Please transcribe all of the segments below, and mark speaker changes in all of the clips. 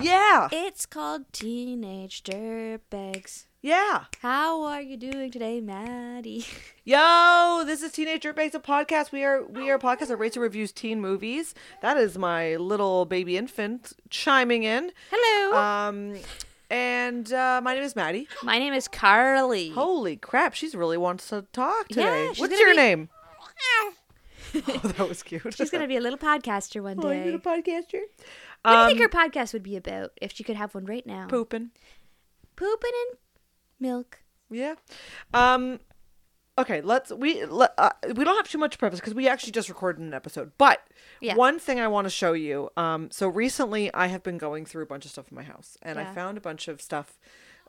Speaker 1: Yeah.
Speaker 2: It's called Teenage Dirtbags.
Speaker 1: Yeah.
Speaker 2: How are you doing today, Maddie?
Speaker 1: Yo, this is Teenage Dirtbags, a podcast. We are we are a podcast that rates and reviews teen movies. That is my little baby infant chiming in.
Speaker 2: Hello.
Speaker 1: Um, and uh, my name is Maddie.
Speaker 2: Uh, My name is Carly.
Speaker 1: Holy crap, she's really wants to talk
Speaker 2: Yeah,
Speaker 1: today.
Speaker 2: she's
Speaker 1: What's
Speaker 2: gonna
Speaker 1: your
Speaker 2: be-
Speaker 1: name? Oh, that was cute.
Speaker 2: She's gonna be a little podcaster one
Speaker 1: oh, you
Speaker 2: day.
Speaker 1: a podcaster?
Speaker 2: what do you
Speaker 1: Um,
Speaker 2: think her podcast would be about if she could have one right now?
Speaker 1: pooping.
Speaker 2: Pooping and milk.
Speaker 1: Yeah. Um okay, let's we let, uh, we don't have too much preface cuz we actually just recorded an episode. But
Speaker 2: Yeah.
Speaker 1: one thing I want to show you um so recently I have been going through a bunch of stuff in my house and
Speaker 2: Yeah.
Speaker 1: I found a bunch of stuff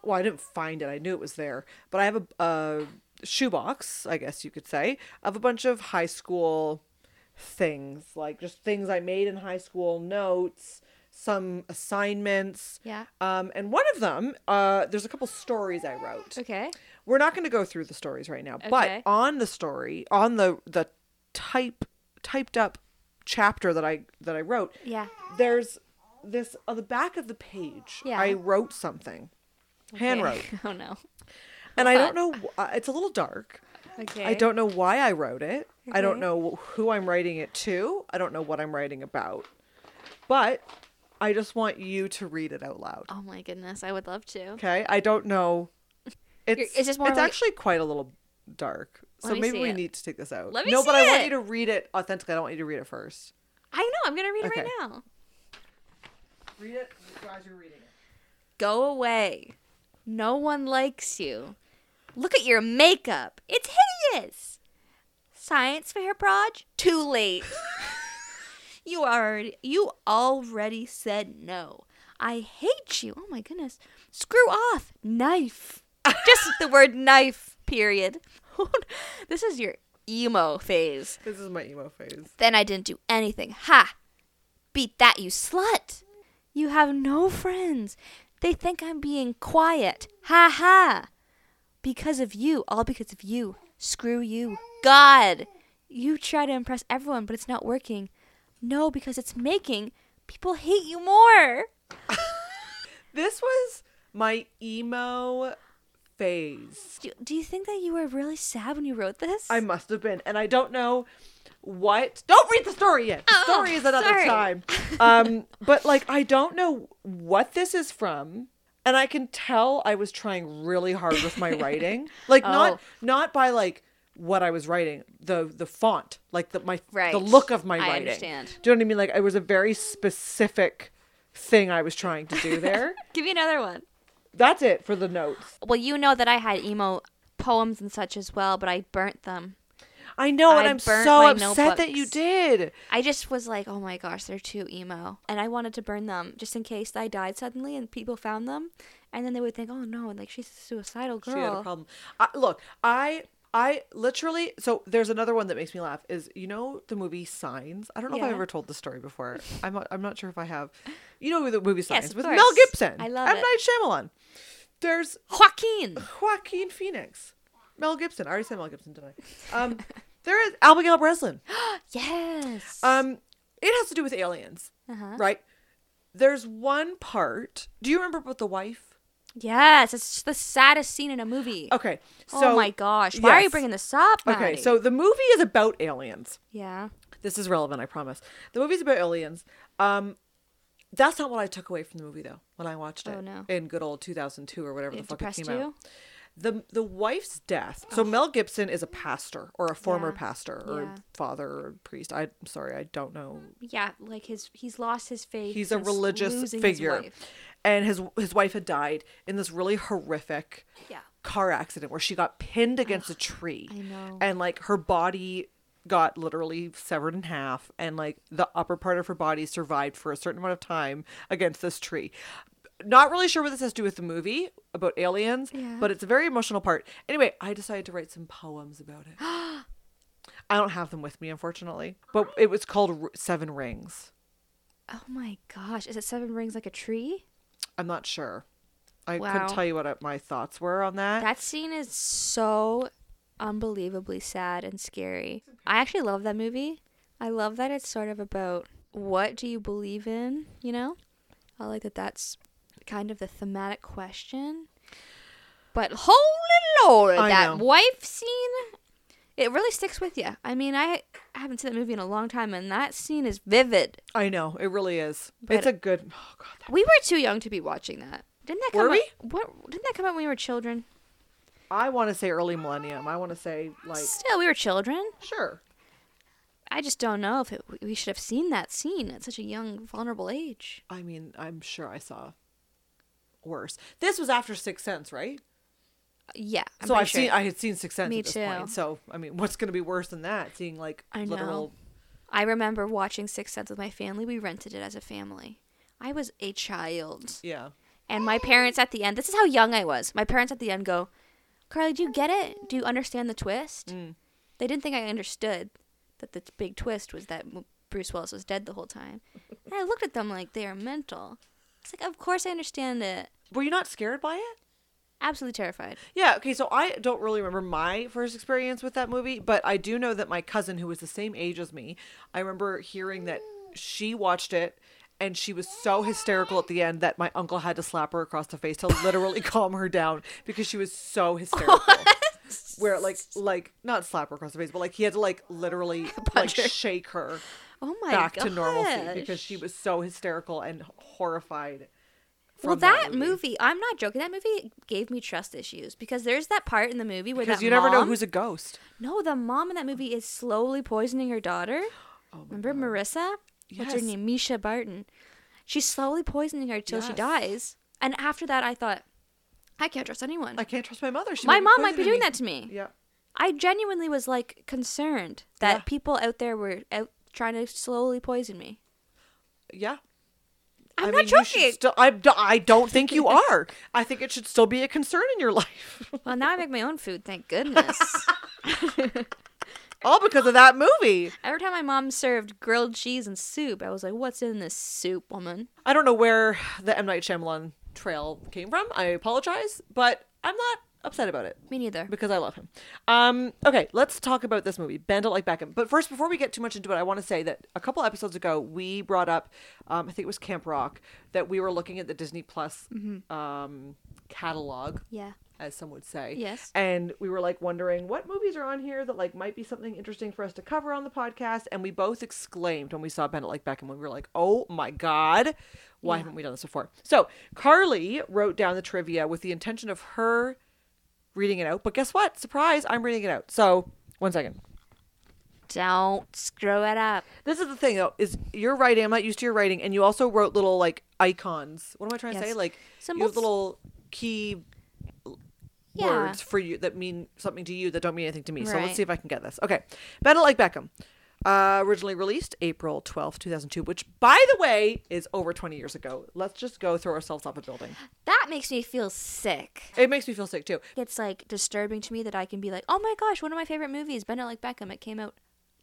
Speaker 1: well, I didn't find it. I knew it was there, but I have a, a shoebox, I guess you could say, of a bunch of high school things, like just things I made in high school, notes, some assignments.
Speaker 2: Yeah.
Speaker 1: Um, and one of them, uh, there's a couple stories I wrote.
Speaker 2: Okay.
Speaker 1: We're not going to go through the stories right now, but
Speaker 2: Okay.
Speaker 1: on the story, on the the type typed up chapter that I that I wrote,
Speaker 2: Yeah.
Speaker 1: there's this on the back of the page.
Speaker 2: Yeah.
Speaker 1: I wrote something, hand wrote,
Speaker 2: Oh no.
Speaker 1: and I don't know. wh- uh, It's a little dark.
Speaker 2: Okay.
Speaker 1: I don't know why I wrote it. I don't
Speaker 2: Okay.
Speaker 1: know who I'm writing it to. I don't know what I'm writing about, but I just want you to read it out loud.
Speaker 2: Oh my goodness, I would love to.
Speaker 1: Okay, I don't know. It's
Speaker 2: it's just more
Speaker 1: It's
Speaker 2: like-
Speaker 1: actually quite a little dark, so
Speaker 2: Let me
Speaker 1: maybe
Speaker 2: see
Speaker 1: we
Speaker 2: it.
Speaker 1: need to take this out.
Speaker 2: Let me
Speaker 1: no, but
Speaker 2: see
Speaker 1: I want
Speaker 2: it.
Speaker 1: you to read it authentically. I don't want you to read it first.
Speaker 2: I know, I'm gonna read it right
Speaker 1: Okay.
Speaker 2: now.
Speaker 1: Read it as you're reading it.
Speaker 2: Go away. No one likes you. Look at your makeup. It's hideous. Science fair proj? Too late. you already you already said no. I hate you. Oh my goodness. Screw off. Knife. Just the word knife, period. this is your emo phase.
Speaker 1: This is my emo phase.
Speaker 2: Then I didn't do anything. Ha! Beat that, you slut! You have no friends. They think I'm being quiet. Ha ha! Because of you, all because of you. Screw you. God! You try to impress everyone, but it's not working. No, because it's making people hate you more.
Speaker 1: This was my emo phase.
Speaker 2: Do, do you think that you were really sad when you wrote this?
Speaker 1: I must have been, and I don't know what. Don't read the story yet. The
Speaker 2: Oh,
Speaker 1: story is another
Speaker 2: sorry.
Speaker 1: time. Um, but like, I don't know what this is from, and I can tell I was trying really hard with my writing. Like,
Speaker 2: Oh.
Speaker 1: not not by like what I was writing, the the font, like the my
Speaker 2: Right.
Speaker 1: the look of my
Speaker 2: I
Speaker 1: writing.
Speaker 2: understand.
Speaker 1: Do you know what I mean? Like, it was a very specific thing I was trying to do there.
Speaker 2: Give me another one.
Speaker 1: That's it for the notes.
Speaker 2: Well, you know that I had emo poems and such as well, but I burnt them.
Speaker 1: I know, and
Speaker 2: I
Speaker 1: I'm
Speaker 2: burnt
Speaker 1: so
Speaker 2: my
Speaker 1: upset that you
Speaker 2: notebooks.
Speaker 1: did.
Speaker 2: I just was like, oh my gosh, they're too emo. And I wanted to burn them just in case I died suddenly and people found them. And then they would think, oh no, like she's a suicidal girl.
Speaker 1: She had a problem. I, look, I I literally so there's another one that makes me laugh is you know the movie Signs. I don't know if I
Speaker 2: Yeah.
Speaker 1: ever told the story before. I'm not, I'm not sure if I have. You know the movie Signs
Speaker 2: of
Speaker 1: with
Speaker 2: course.
Speaker 1: Mel Gibson.
Speaker 2: I love
Speaker 1: M.
Speaker 2: it.
Speaker 1: Night Shyamalan. There's
Speaker 2: Joaquin!
Speaker 1: Joaquin Phoenix. Mel Gibson. I already said Mel Gibson, didn't I? Um, there is Abigail Breslin.
Speaker 2: Yes!
Speaker 1: Um, it has to do with aliens,
Speaker 2: uh-huh.
Speaker 1: right? There's one part. Do you remember about the wife?
Speaker 2: Yes, it's the saddest scene in a movie.
Speaker 1: Okay.
Speaker 2: oh
Speaker 1: So
Speaker 2: my gosh, why are you
Speaker 1: yes.
Speaker 2: bringing this up?
Speaker 1: Okay,
Speaker 2: Maddie?
Speaker 1: so the movie is about aliens.
Speaker 2: Yeah.
Speaker 1: This is relevant, I promise. The movie's about aliens. Um, that's not what I took away from the movie though. When I watched it
Speaker 2: Oh, no.
Speaker 1: in good old 2002 or whatever the
Speaker 2: It
Speaker 1: fuck it
Speaker 2: depressed
Speaker 1: came
Speaker 2: you?
Speaker 1: out. The the wife's death. So Mel Gibson is a pastor or a former
Speaker 2: Yeah.
Speaker 1: pastor or
Speaker 2: Yeah.
Speaker 1: father or priest. I, I'm sorry, I don't know.
Speaker 2: Yeah, like his, he's lost his faith.
Speaker 1: He's a
Speaker 2: since
Speaker 1: religious
Speaker 2: losing his
Speaker 1: figure,
Speaker 2: wife.
Speaker 1: and his his wife had died in this really horrific
Speaker 2: Yeah.
Speaker 1: car accident where she got pinned against a tree.
Speaker 2: I know.
Speaker 1: And like her body got literally severed in half and like the upper part of her body survived for a certain amount of time against this tree. Not really sure what this has to do with the movie about aliens,
Speaker 2: Yeah.
Speaker 1: but it's a very emotional part. Anyway, I decided to write some poems about it. I don't have them with me, unfortunately, but it was called R- Seven Rings.
Speaker 2: Oh my gosh, is it Seven Rings Like a Tree?
Speaker 1: I'm not sure. I
Speaker 2: Wow.
Speaker 1: couldn't tell you what uh, my thoughts were on that.
Speaker 2: That scene is so unbelievably sad and scary. I actually love that movie. I love that it's sort of about what do you believe in, you know? I like that that's kind of the thematic question. But holy lord,
Speaker 1: I
Speaker 2: that
Speaker 1: know.
Speaker 2: wife scene, it really sticks with you. I mean, I haven't seen that movie in a long time, and that scene is vivid.
Speaker 1: I know it really is.
Speaker 2: But-
Speaker 1: it's a good. Oh god, that-
Speaker 2: We were too young to be watching that. Didn't that come
Speaker 1: Were
Speaker 2: out,
Speaker 1: we?
Speaker 2: What, didn't that come out when we were children?
Speaker 1: I want to say early millennium. I want to say like
Speaker 2: Still, we were children.
Speaker 1: sure.
Speaker 2: I just don't know if it, we should have seen that scene at such a young, vulnerable age.
Speaker 1: I mean, I'm sure I saw worse. This was after Sixth Sense, right?
Speaker 2: Yeah, I'm
Speaker 1: so
Speaker 2: pretty
Speaker 1: I've
Speaker 2: sure.
Speaker 1: seen I had seen Sixth Sense
Speaker 2: Me
Speaker 1: at this
Speaker 2: too.
Speaker 1: point. So I mean, what's going to be worse than that? Seeing like
Speaker 2: I know.
Speaker 1: literal
Speaker 2: I remember watching Sixth Sense with my family. We rented it as a family. I was a child.
Speaker 1: yeah.
Speaker 2: And my parents at the end, this is how young I was. My parents at the end go, Carly, do you get it? Do you understand the twist?
Speaker 1: Mm.
Speaker 2: They didn't think I understood that the big twist was that M- Bruce Willis was dead the whole time. And I looked at them like they are mental. It's like, of course I understand it.
Speaker 1: Were you not scared by it?
Speaker 2: Absolutely terrified.
Speaker 1: Yeah, okay, so I don't really remember my first experience with that movie, but I do know that my cousin, who was the same age as me, I remember hearing that she watched it and she was so hysterical at the end that my uncle had to slap her across the face to literally calm her down because she was so hysterical. Where like like not slap her across the face, but like he had to like literally like
Speaker 2: her.
Speaker 1: shake her
Speaker 2: Oh my god.
Speaker 1: back to normalcy because she was so hysterical and horrified.
Speaker 2: Well,
Speaker 1: from
Speaker 2: that movie. I'm not joking. That movie gave me trust issues because there's that part in the movie where
Speaker 1: because
Speaker 2: that
Speaker 1: you never know
Speaker 2: mom-
Speaker 1: who's a ghost.
Speaker 2: No, the mom in that movie is slowly poisoning her daughter. Remember Marissa? What's her
Speaker 1: Oh Yes.
Speaker 2: name? Misha Barton. She's slowly poisoning her till she
Speaker 1: Yes.
Speaker 2: dies. And after that, I thought, I can't trust anyone.
Speaker 1: I can't trust my mother. She
Speaker 2: My
Speaker 1: be
Speaker 2: mom might be
Speaker 1: poisoning
Speaker 2: doing
Speaker 1: me.
Speaker 2: that to me.
Speaker 1: Yeah.
Speaker 2: I genuinely was like concerned that
Speaker 1: Yeah.
Speaker 2: people out there were out trying to slowly poison me.
Speaker 1: Yeah.
Speaker 2: I'm
Speaker 1: I
Speaker 2: not
Speaker 1: mean, you should
Speaker 2: joking.
Speaker 1: Still, I, I don't think you are. I think it should still be a concern in your life.
Speaker 2: well, now I make my own food, thank goodness.
Speaker 1: All because of that movie.
Speaker 2: Every time my mom served grilled cheese and soup, I was like, "What's in this soup, woman?"
Speaker 1: I don't know where the M. Night Shyamalan trail came from. I apologize, but I'm not upset about it.
Speaker 2: Me neither.
Speaker 1: because I love him. Um, okay, let's talk about this movie, Bend It Like Beckham. But first, before we get too much into it, I want to say that a couple episodes ago, we brought up, um, I think it was Camp Rock, that we were looking at the Disney Plus
Speaker 2: Mm-hmm.
Speaker 1: um, catalog.
Speaker 2: Yeah.
Speaker 1: As some would say.
Speaker 2: Yes.
Speaker 1: And we were like wondering what movies are on here that like might be something interesting for us to cover on the podcast. And we both exclaimed when we saw Bend It Like Beckham, we were like, oh my God, why haven't we done this before? So Carly wrote down the trivia with the intention of her reading it out. But guess what? Surprise, I'm reading it out. So, one second.
Speaker 2: Don't screw it up.
Speaker 1: This is the thing though, is you're writing, I'm not used to your writing, and you also wrote little like icons. What am I trying to
Speaker 2: Yes.
Speaker 1: say? Like you
Speaker 2: Symbols.
Speaker 1: have little key
Speaker 2: Yeah.
Speaker 1: words for you that mean something to you that don't mean anything to me. So
Speaker 2: Right.
Speaker 1: let's see if I can get this. Okay. Battle Like Beckham. Uh, originally released April 12th, 2002, which by the way is over 20 years ago. Let's just go throw ourselves off a building.
Speaker 2: That makes me feel sick.
Speaker 1: It makes me feel sick too.
Speaker 2: It's like disturbing to me that I can be like, "Oh my gosh, one of my favorite movies, Bend It Like Beckham." It came out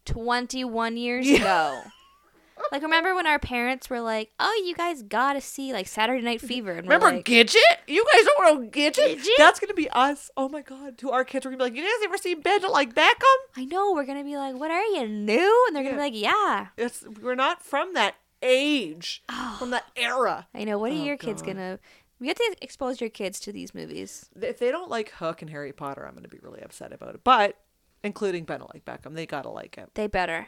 Speaker 2: 21 years ago. like remember when our parents were like, "Oh, you guys got to see like Saturday Night Fever." And we're
Speaker 1: Mm-hmm. Remember
Speaker 2: like,
Speaker 1: Gidget? You guys don't want to Gidget?
Speaker 2: Gidget?
Speaker 1: That's gonna be us. Oh my god! To our kids, we're gonna be like, you guys ever seen Bend It like Beckham?
Speaker 2: "I know, we're going to be like, what are you new?" And they're going to
Speaker 1: Yeah.
Speaker 2: be like, "Yeah."
Speaker 1: It's we're not from that age,
Speaker 2: Oh.
Speaker 1: from that era.
Speaker 2: I know. What are
Speaker 1: Oh,
Speaker 2: your kids
Speaker 1: God.
Speaker 2: going to You have to expose your kids to these movies.
Speaker 1: If they don't like Hook and Harry Potter, I'm gonna be really upset about it. But including Ben like Beckham, they gotta like it.
Speaker 2: They better.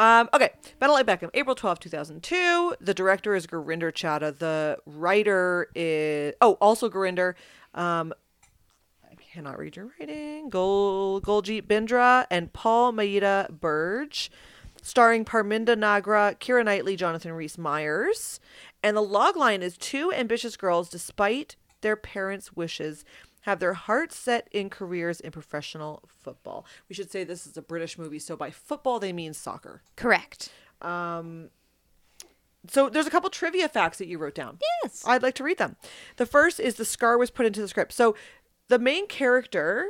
Speaker 1: Um, okay, Battle Like Beckham, April twelfth, two 2002. The director is Gurinder Chadha. The writer is, oh, also Gurinder. Um, I cannot read your writing. Gol, Goljeet Bindra and Paul Maida Burge. Starring Parminda Nagra, Kira Knightley, Jonathan Rhys Myers. And the logline is two ambitious girls, despite their parents' wishes, have their hearts set in careers in professional football. We should say this is a British movie, so by football they mean soccer.
Speaker 2: Correct.
Speaker 1: So there's a couple trivia facts that you wrote down.
Speaker 2: Yes.
Speaker 1: I'd like to read them. The first is the scar was put into the script. So the main character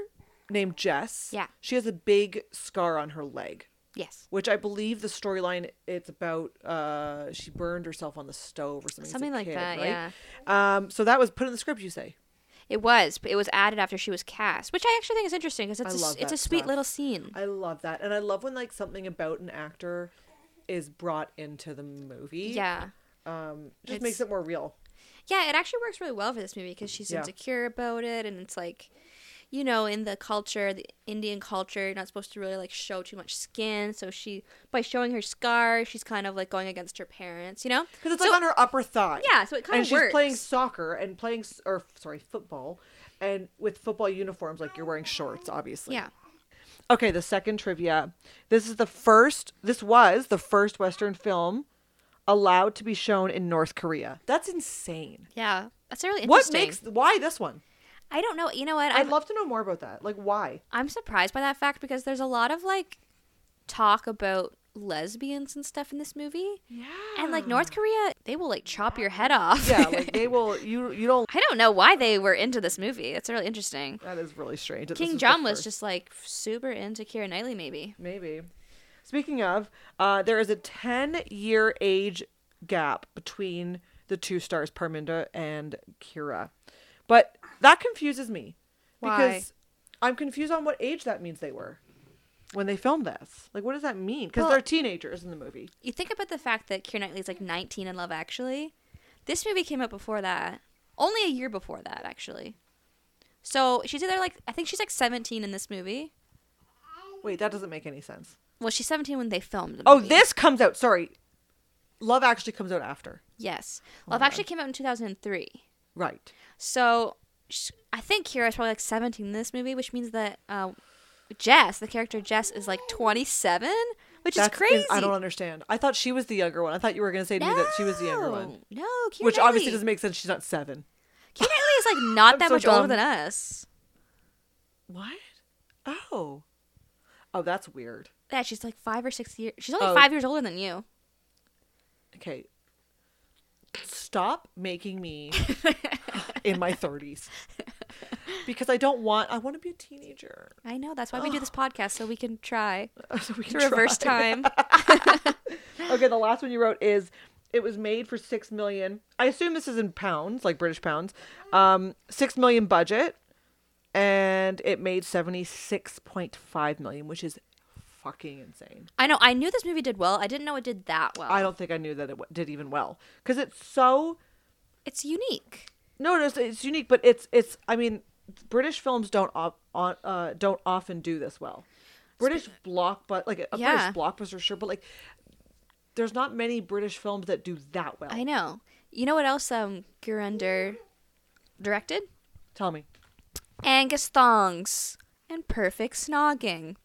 Speaker 1: named Jess,
Speaker 2: Yeah.
Speaker 1: she has a big scar on her leg,
Speaker 2: Yes.
Speaker 1: which I believe the storyline it's about uh she burned herself on the stove or something. as a
Speaker 2: Something like
Speaker 1: kid,
Speaker 2: that,
Speaker 1: right? Um so that was put in the script, you say.
Speaker 2: It was, but it was added after she was cast, which I actually think is interesting because
Speaker 1: I
Speaker 2: it's a,
Speaker 1: love
Speaker 2: it's
Speaker 1: that
Speaker 2: a sweet
Speaker 1: stuff.
Speaker 2: little scene.
Speaker 1: I love that. And I love when like something about an actor is brought into the movie.
Speaker 2: Yeah.
Speaker 1: Um, just
Speaker 2: It's-
Speaker 1: makes it more real.
Speaker 2: Yeah, it actually works really well for this movie because she's
Speaker 1: Yeah.
Speaker 2: insecure about it, and it's like, you know, in the culture, the Indian culture, you're not supposed to really like show too much skin. So she, by showing her scar, she's kind of like going against her parents, you know?
Speaker 1: Because it's
Speaker 2: so,
Speaker 1: like on her upper thigh.
Speaker 2: yeah, so it kind
Speaker 1: and
Speaker 2: of
Speaker 1: she's
Speaker 2: works.
Speaker 1: playing soccer and playing s- or sorry football, and with football uniforms like you're wearing shorts, obviously.
Speaker 2: yeah,
Speaker 1: Okay, the second trivia. This is the first. This was the first Western film allowed to be shown in North Korea. That's insane.
Speaker 2: yeah, that's really
Speaker 1: What
Speaker 2: interesting.
Speaker 1: makes why this one?
Speaker 2: I don't know. You know what?
Speaker 1: I'd
Speaker 2: I'm,
Speaker 1: love to know more about that. Like why?
Speaker 2: I'm surprised by that fact because there's a lot of like talk about lesbians and stuff in this movie,
Speaker 1: Yeah.
Speaker 2: and like North Korea, they will like chop your head off.
Speaker 1: yeah, like they will. You you don't.
Speaker 2: I don't know why they were into this movie. It's really interesting.
Speaker 1: That is really strange. that this
Speaker 2: King
Speaker 1: is the
Speaker 2: John was
Speaker 1: first.
Speaker 2: just like super into Kira Knightley, maybe.
Speaker 1: Maybe. Speaking of, uh, there is a 10 year age gap between the two stars, Parminda and Kira. But that confuses me.
Speaker 2: Why?
Speaker 1: Because I'm confused on what age that means they were when they filmed this. Like, what does that mean? Because
Speaker 2: Well-
Speaker 1: they're teenagers in the movie.
Speaker 2: You think about the fact that Kira Knightley's like 19 in Love Actually. This movie came out before that, only a year before that, actually. So she's either like, I think she's like 17 in this movie.
Speaker 1: Wait, that doesn't make any sense.
Speaker 2: Well, she's 17 when they filmed. The
Speaker 1: Oh,
Speaker 2: movie.
Speaker 1: this comes out. Sorry. Love actually comes out after.
Speaker 2: Yes,
Speaker 1: Oh,
Speaker 2: Love Actually came out in 2003.
Speaker 1: Right.
Speaker 2: So sh I think Kira's probably like 17 in this movie, which means that uh, Jess, the character Jess, is like 27, which is
Speaker 1: That's
Speaker 2: crazy.
Speaker 1: I don't understand. I thought she was the younger one. I thought you were going to say to me that she was the younger one.
Speaker 2: No, Keira
Speaker 1: Which obviously
Speaker 2: Knightley.
Speaker 1: doesn't make sense. She's not seven.
Speaker 2: Keira Knightley is like not
Speaker 1: I'm
Speaker 2: that
Speaker 1: so
Speaker 2: much older
Speaker 1: dumb.
Speaker 2: than us.
Speaker 1: What? Oh. Oh, that's weird.
Speaker 2: Yeah, she's like five or six years. She's only
Speaker 1: Oh.
Speaker 2: five years older than you.
Speaker 1: Okay. Stop making me in my 30s. Because I don't want I want to be a teenager.
Speaker 2: I know. That's why we do this podcast so we can try
Speaker 1: So we
Speaker 2: to
Speaker 1: can
Speaker 2: reverse
Speaker 1: try.
Speaker 2: time.
Speaker 1: Okay, the last one you wrote is it was made for 6 million. I assume this is in pounds, like British pounds. Um 6 million budget and it made 76.5 million, which is fucking insane.
Speaker 2: I know. I knew this movie did well. I didn't know it did that well.
Speaker 1: I don't think I knew that it w- did even well cuz it's so
Speaker 2: It's unique.
Speaker 1: No, no, it's, it's unique, but it's it's. I mean, British films don't op, on, uh, don't often do this well. British block, but like a
Speaker 2: Yeah.
Speaker 1: British blockbuster, sure, but like there's not many British films that do that well.
Speaker 2: I know. You know what else um Gurinder directed?
Speaker 1: Tell me,
Speaker 2: Angus Thongs and Perfect Snogging.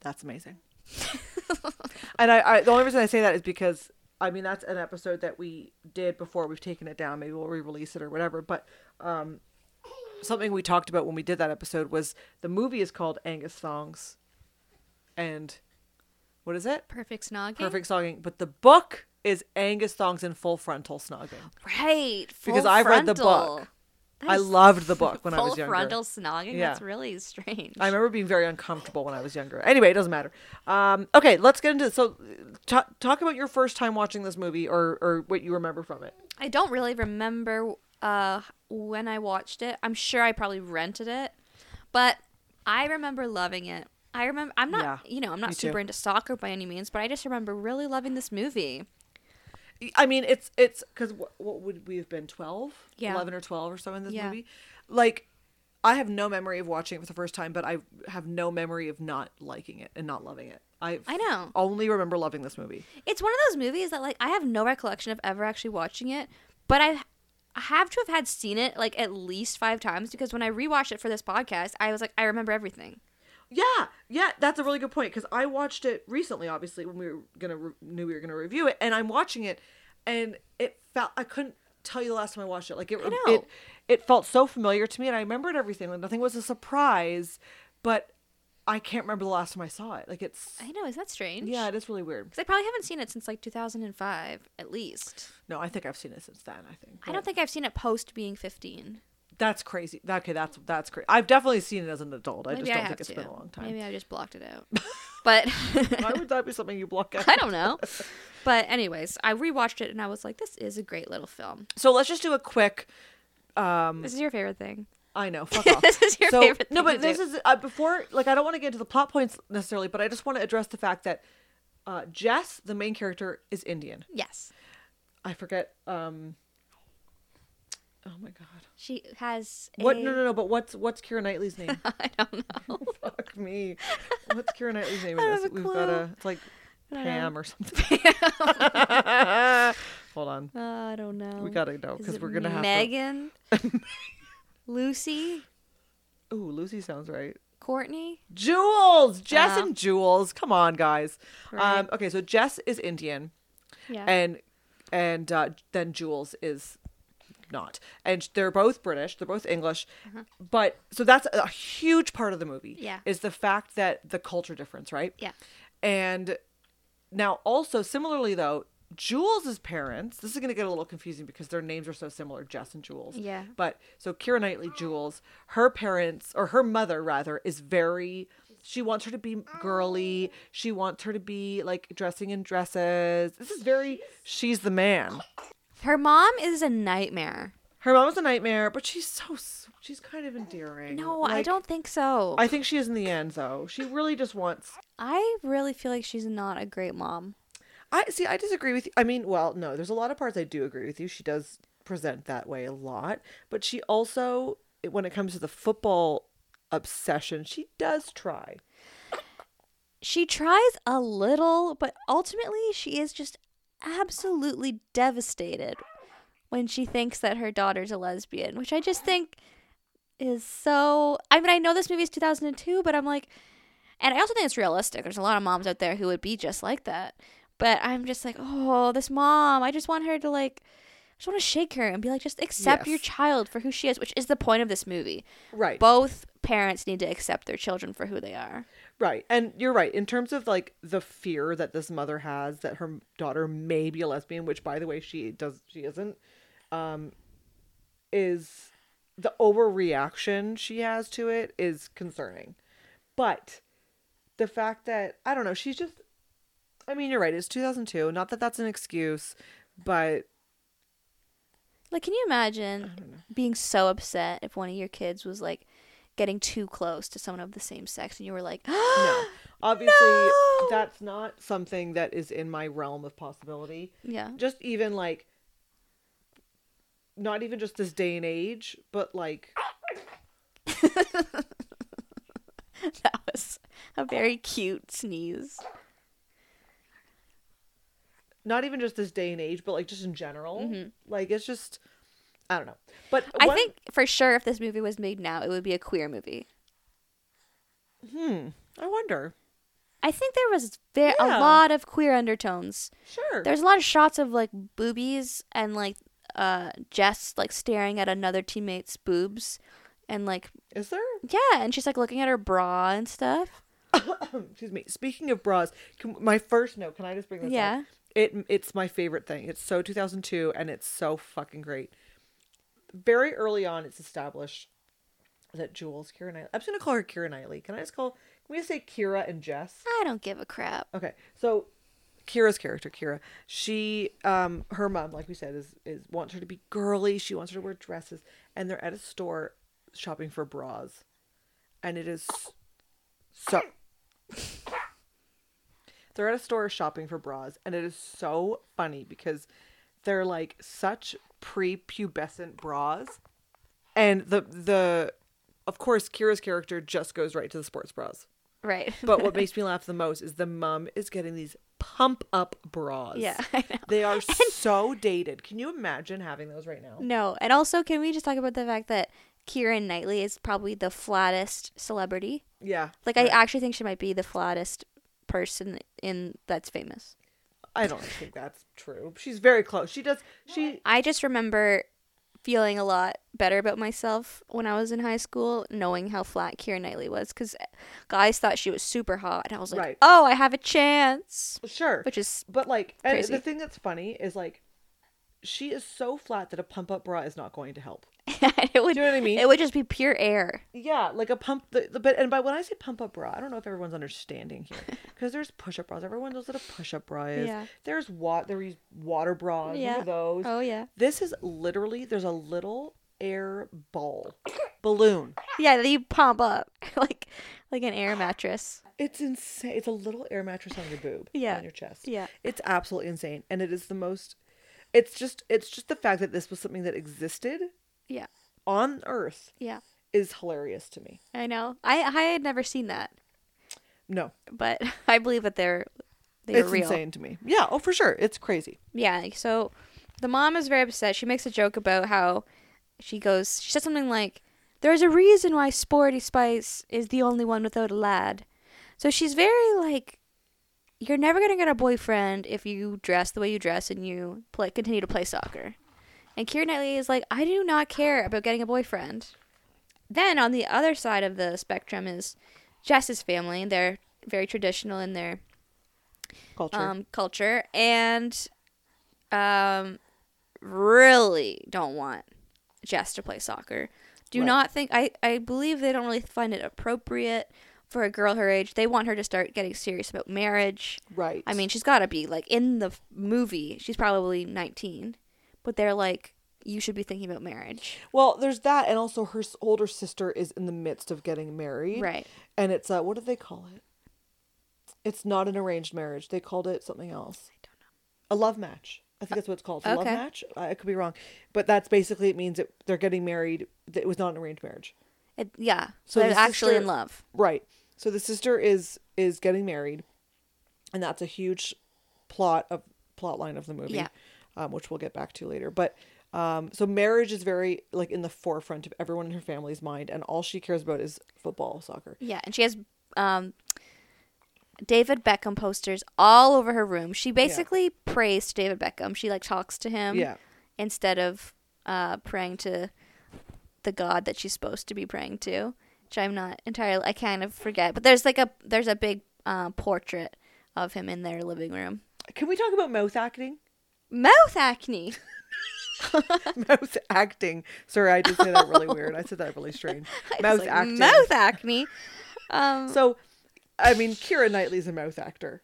Speaker 1: that's amazing. and I, I, the only reason I say that is because I mean that's an episode that we did before. We've taken it down. Maybe we'll re-release it or whatever. But um, something we talked about when we did that episode was the movie is called Angus Thongs, and what is it?
Speaker 2: Perfect Snogging.
Speaker 1: perfect snogging, but the book is Angus Thongs in full frontal snogging.
Speaker 2: Right.
Speaker 1: Because
Speaker 2: full
Speaker 1: I read the
Speaker 2: frontal.
Speaker 1: book
Speaker 2: That
Speaker 1: I
Speaker 2: is
Speaker 1: loved the book when I
Speaker 2: full
Speaker 1: was younger.
Speaker 2: frontal snogging.
Speaker 1: Yeah.
Speaker 2: That's really strange.
Speaker 1: I remember being very uncomfortable when I was younger. Anyway, it doesn't matter. Um, okay, let's get into so t- talk about your first time watching this movie or or what you remember from it.
Speaker 2: I don't really remember uh, when I watched it. I'm sure I probably rented it, but I remember loving it. I remember I'm not,
Speaker 1: Yeah,
Speaker 2: you know, I'm
Speaker 1: me
Speaker 2: not
Speaker 1: too.
Speaker 2: super into soccer by any means, but I just remember really loving this movie.
Speaker 1: I mean, it's it's because what, what would we have been 12?
Speaker 2: Yeah.
Speaker 1: 11 or 12 or so in this
Speaker 2: Yeah.
Speaker 1: movie? Like I have no memory of watching it for the first time, but I have no memory of not liking it and not loving it. I
Speaker 2: I know.
Speaker 1: only remember loving this movie.
Speaker 2: It's one of those movies that like I have no recollection of ever actually watching it, but I I have to have had seen it like at least 5 times because when I rewatched it for this podcast, I was like I remember everything.
Speaker 1: Yeah, yeah, that's a really good point because I watched it recently, obviously when we were gonna re- knew we were gonna review it, and I'm watching it, and it felt I couldn't tell you the last time I watched it. Like it,
Speaker 2: know.
Speaker 1: it, it felt so familiar to me, and I remembered everything. Like nothing was a surprise, but I can't remember the last time I saw it. Like it's
Speaker 2: I know, is that strange?
Speaker 1: yeah, it is really weird.
Speaker 2: Cuz I probably haven't seen it since like 2005 at least.
Speaker 1: No, I think I've seen it since then. I think
Speaker 2: I don't think I've seen it post being 15.
Speaker 1: that's crazy. Okay, that's that's crazy. I've definitely seen it as an adult. I
Speaker 2: Maybe
Speaker 1: just don't
Speaker 2: have
Speaker 1: think it's been
Speaker 2: to.
Speaker 1: a long time.
Speaker 2: Maybe I just blocked it out. But
Speaker 1: Why would that be something you block out?
Speaker 2: I don't know. But anyways, I rewatched it and I was like, this is a great little film.
Speaker 1: So let's just do a quick. Um,
Speaker 2: This is your favorite thing.
Speaker 1: I know. Fuck off.
Speaker 2: This is your
Speaker 1: so,
Speaker 2: favorite
Speaker 1: No,
Speaker 2: thing
Speaker 1: but
Speaker 2: to
Speaker 1: this
Speaker 2: do.
Speaker 1: is uh, before. Like, I don't want to get into the plot points necessarily, but I just want to address the fact that Uh, Jess, the main character, is Indian.
Speaker 2: Yes.
Speaker 1: I forget. Um, oh my god.
Speaker 2: She has
Speaker 1: What?
Speaker 2: a-
Speaker 1: No, no, no. But what's what's Kira Knightley's name?
Speaker 2: I don't know.
Speaker 1: Fuck me. What's Kira Knightley's name?
Speaker 2: I
Speaker 1: in
Speaker 2: don't have
Speaker 1: this?
Speaker 2: a
Speaker 1: We've got
Speaker 2: clue.
Speaker 1: a. It's like
Speaker 2: I don't
Speaker 1: Pam or something. Hold on.
Speaker 2: Oh, I don't know.
Speaker 1: We gotta know
Speaker 2: Um, Is
Speaker 1: because
Speaker 2: it
Speaker 1: we're gonna have to.
Speaker 2: Megan, Lucy,
Speaker 1: Ooh, Lucy sounds right.
Speaker 2: Courtney.
Speaker 1: Jules, Jess,
Speaker 2: Oh.
Speaker 1: and Jules. Come on, guys.
Speaker 2: Right.
Speaker 1: Um, okay, so Jess is Indian,
Speaker 2: Yeah.
Speaker 1: and and uh, then Jules is not, and they're both British. They're both English, but so that's a huge part of the movie.
Speaker 2: Mm-hmm. Yeah.
Speaker 1: is the fact that the culture difference, right?
Speaker 2: yeah.
Speaker 1: And now, also similarly though, Jules's parents. This is going to get a little confusing because their names are so similar, Jess and Jules.
Speaker 2: Yeah.
Speaker 1: But so Kira Knightley Jules, her parents or her mother rather is very. She wants her to be girly. She wants her to be like dressing in dresses. This is very. She's the man.
Speaker 2: Her mom is a nightmare.
Speaker 1: Her mom is a nightmare, but she's so. s- She's kind of endearing.
Speaker 2: No, I
Speaker 1: Like,
Speaker 2: don't think so. I,
Speaker 1: I think she is in the end though. She really just wants
Speaker 2: really feel like she's not a great mom.
Speaker 1: I see. I disagree with you. I mean, well, no. There's a lot of parts I do agree with you. She does present that way a lot, but she also, when it comes to the football obsession, she does try.
Speaker 2: She tries a little, but ultimately she is just absolutely devastated when she thinks that her daughter's a lesbian, which I just think is so. I mean, I know this movie is 2002, but I'm like, and I also think it's realistic. There's a lot of moms out there who would be just like that. But I'm just like, oh, this mom, I just want her to like, I just want to shake her and be like, just accept your
Speaker 1: Yes.
Speaker 2: child for who she is, which is the point of this movie.
Speaker 1: Right.
Speaker 2: Both parents need to accept their children for who they are.
Speaker 1: right. And you're right in terms of like the fear that this mother has that her daughter may be a lesbian, which by the way she does she isn't. Um, is the overreaction she has to it is concerning, but the fact that I don't know, she's just I mean, you're right. It's 2002. Not that that's an excuse, but
Speaker 2: Like, can you imagine being so upset if one of your kids was like getting too close to someone of the same sex and you were like,
Speaker 1: no. Obviously,
Speaker 2: No!
Speaker 1: that's not something that is in my realm of possibility.
Speaker 2: yeah,
Speaker 1: Just even like, not even just this day and age, but like,
Speaker 2: that was a very cute sneeze.
Speaker 1: not even just this day and age, but like just in general. Like, it's just, I don't know. But
Speaker 2: Mm-hmm. I
Speaker 1: one-
Speaker 2: think for sure if this movie was made now, it would be a queer movie.
Speaker 1: I wonder.
Speaker 2: I think there was ve-
Speaker 1: Yeah.
Speaker 2: a lot of queer undertones.
Speaker 1: Sure.
Speaker 2: There's a lot of shots of like boobies and like uh Jess like staring at another teammate's boobs and like
Speaker 1: Is there?
Speaker 2: yeah, and she's like looking at her bra and stuff.
Speaker 1: Excuse me. Speaking of bras, can, my first note. Can I just bring this? up?
Speaker 2: Yeah.
Speaker 1: It it's my favorite thing. It's so 2002, and it's so fucking great. Very early on, it's established that Jules Kira Knightley. I'm just gonna call her Kira Knightley. Can I just call? Can we just say Kira and Jess?
Speaker 2: I don't give a crap.
Speaker 1: Okay. So Kira's character, Kira, she um her mom, like we said, is is wants her to be girly. She wants her to wear dresses, and they're at a store shopping for bras. And it is so they're at a store shopping for bras, and it is so funny because they're like such prepubescent bras. And the the of course Kira's character just goes right to the sports bras.
Speaker 2: Right.
Speaker 1: But what makes me laugh the most is the mum is getting these pump up bras.
Speaker 2: Yeah, I know.
Speaker 1: They are so dated. Can you imagine having those right now?
Speaker 2: No, and also, can we just talk about the fact that Kieran Knightley is probably the flattest celebrity?
Speaker 1: Yeah.
Speaker 2: Like, I actually think she might be the flattest person in that's famous.
Speaker 1: I don't think that's true. She's very close. She does she
Speaker 2: I just remember feeling a lot better about myself when I was in high school, knowing how flat Kieran Knightley was, because guys thought she was super hot, and I was like,
Speaker 1: Right.
Speaker 2: oh, I have a chance,
Speaker 1: sure.
Speaker 2: which is
Speaker 1: but like and
Speaker 2: crazy.
Speaker 1: the thing that's funny is like she is so flat that a pump up bra is not going to help.
Speaker 2: it would
Speaker 1: Do you know what I mean?
Speaker 2: it would just be pure air.
Speaker 1: Yeah, like a pump. The, the but and by when I say pump up bra, I don't know if everyone's understanding here because there's push up bras. Everyone knows what a push up bra is.
Speaker 2: Yeah.
Speaker 1: There's what there is water bras. Yeah.
Speaker 2: Yeah.
Speaker 1: those.
Speaker 2: Oh yeah,
Speaker 1: This is literally there's a little air ball balloon.
Speaker 2: Yeah, that you pump up like like an air mattress.
Speaker 1: It's insane. It's a little air mattress on your boob.
Speaker 2: Yeah.
Speaker 1: On your chest.
Speaker 2: Yeah.
Speaker 1: It's absolutely insane. And it is the most it's just it's just the fact that this was something that existed
Speaker 2: Yeah,
Speaker 1: on Earth
Speaker 2: yeah.
Speaker 1: is hilarious to me.
Speaker 2: I know. I I had never seen that,
Speaker 1: No.
Speaker 2: but I believe that they're they're
Speaker 1: It's
Speaker 2: real.
Speaker 1: insane to me. Yeah, oh for sure. It's crazy.
Speaker 2: Yeah, so the mom is very upset. She makes a joke about how she goes, she said something like, There's a reason why Sporty Spice is the only one without a lad. So she's very like, You're never going to get a boyfriend if you dress the way you dress and you play, continue to play soccer. And Keira Knightley is like, I do not care about getting a boyfriend. Then on the other side of the spectrum is Jess's family. They're very traditional in their
Speaker 1: Culture.
Speaker 2: um, culture and um, really don't want Jess to play soccer. Do
Speaker 1: Right.
Speaker 2: not think I, I believe they don't really find it appropriate for a girl her age. They want her to start getting serious about marriage.
Speaker 1: right.
Speaker 2: I mean, she's got to be like in the f- movie, she's probably 19, but they're like you should be thinking about marriage.
Speaker 1: Well, there's that, and also her s- older sister is in the midst of getting married.
Speaker 2: Right.
Speaker 1: And it's uh, what do they call it? It's not an arranged marriage. They called it something else. I don't know. Uh, A love match. I think that's what it's called. It's A love
Speaker 2: Okay.
Speaker 1: match. I, I could be wrong, but that's basically it means that they're getting married. that It was not an arranged marriage.
Speaker 2: It, yeah.
Speaker 1: So
Speaker 2: So they're
Speaker 1: the
Speaker 2: actually
Speaker 1: sister-
Speaker 2: in love.
Speaker 1: Right. So the sister is is getting married, and that's a huge plot of plot line of the movie,
Speaker 2: Yeah.
Speaker 1: um, which we'll get back to later. But um, so marriage is very like in the forefront of everyone in her family's mind, and all she cares about is football, soccer.
Speaker 2: Yeah, and she has um, David Beckham posters all over her room. She basically prays to David Beckham. She like talks to him
Speaker 1: Yeah.
Speaker 2: instead of uh, praying to the God that she's supposed to be praying to, which I'm not entirely. I kind of forget, but there's like a there's a big uh, portrait of him in their living room.
Speaker 1: Can we talk about mouth acting?
Speaker 2: Mouth acne.
Speaker 1: mouth acting. Sorry, I did say that really weird. I said that really strange.
Speaker 2: I was
Speaker 1: Mouth
Speaker 2: like,
Speaker 1: acting.
Speaker 2: Mouth acne. Um,
Speaker 1: So, I mean, Kira Knightley's a mouth actor.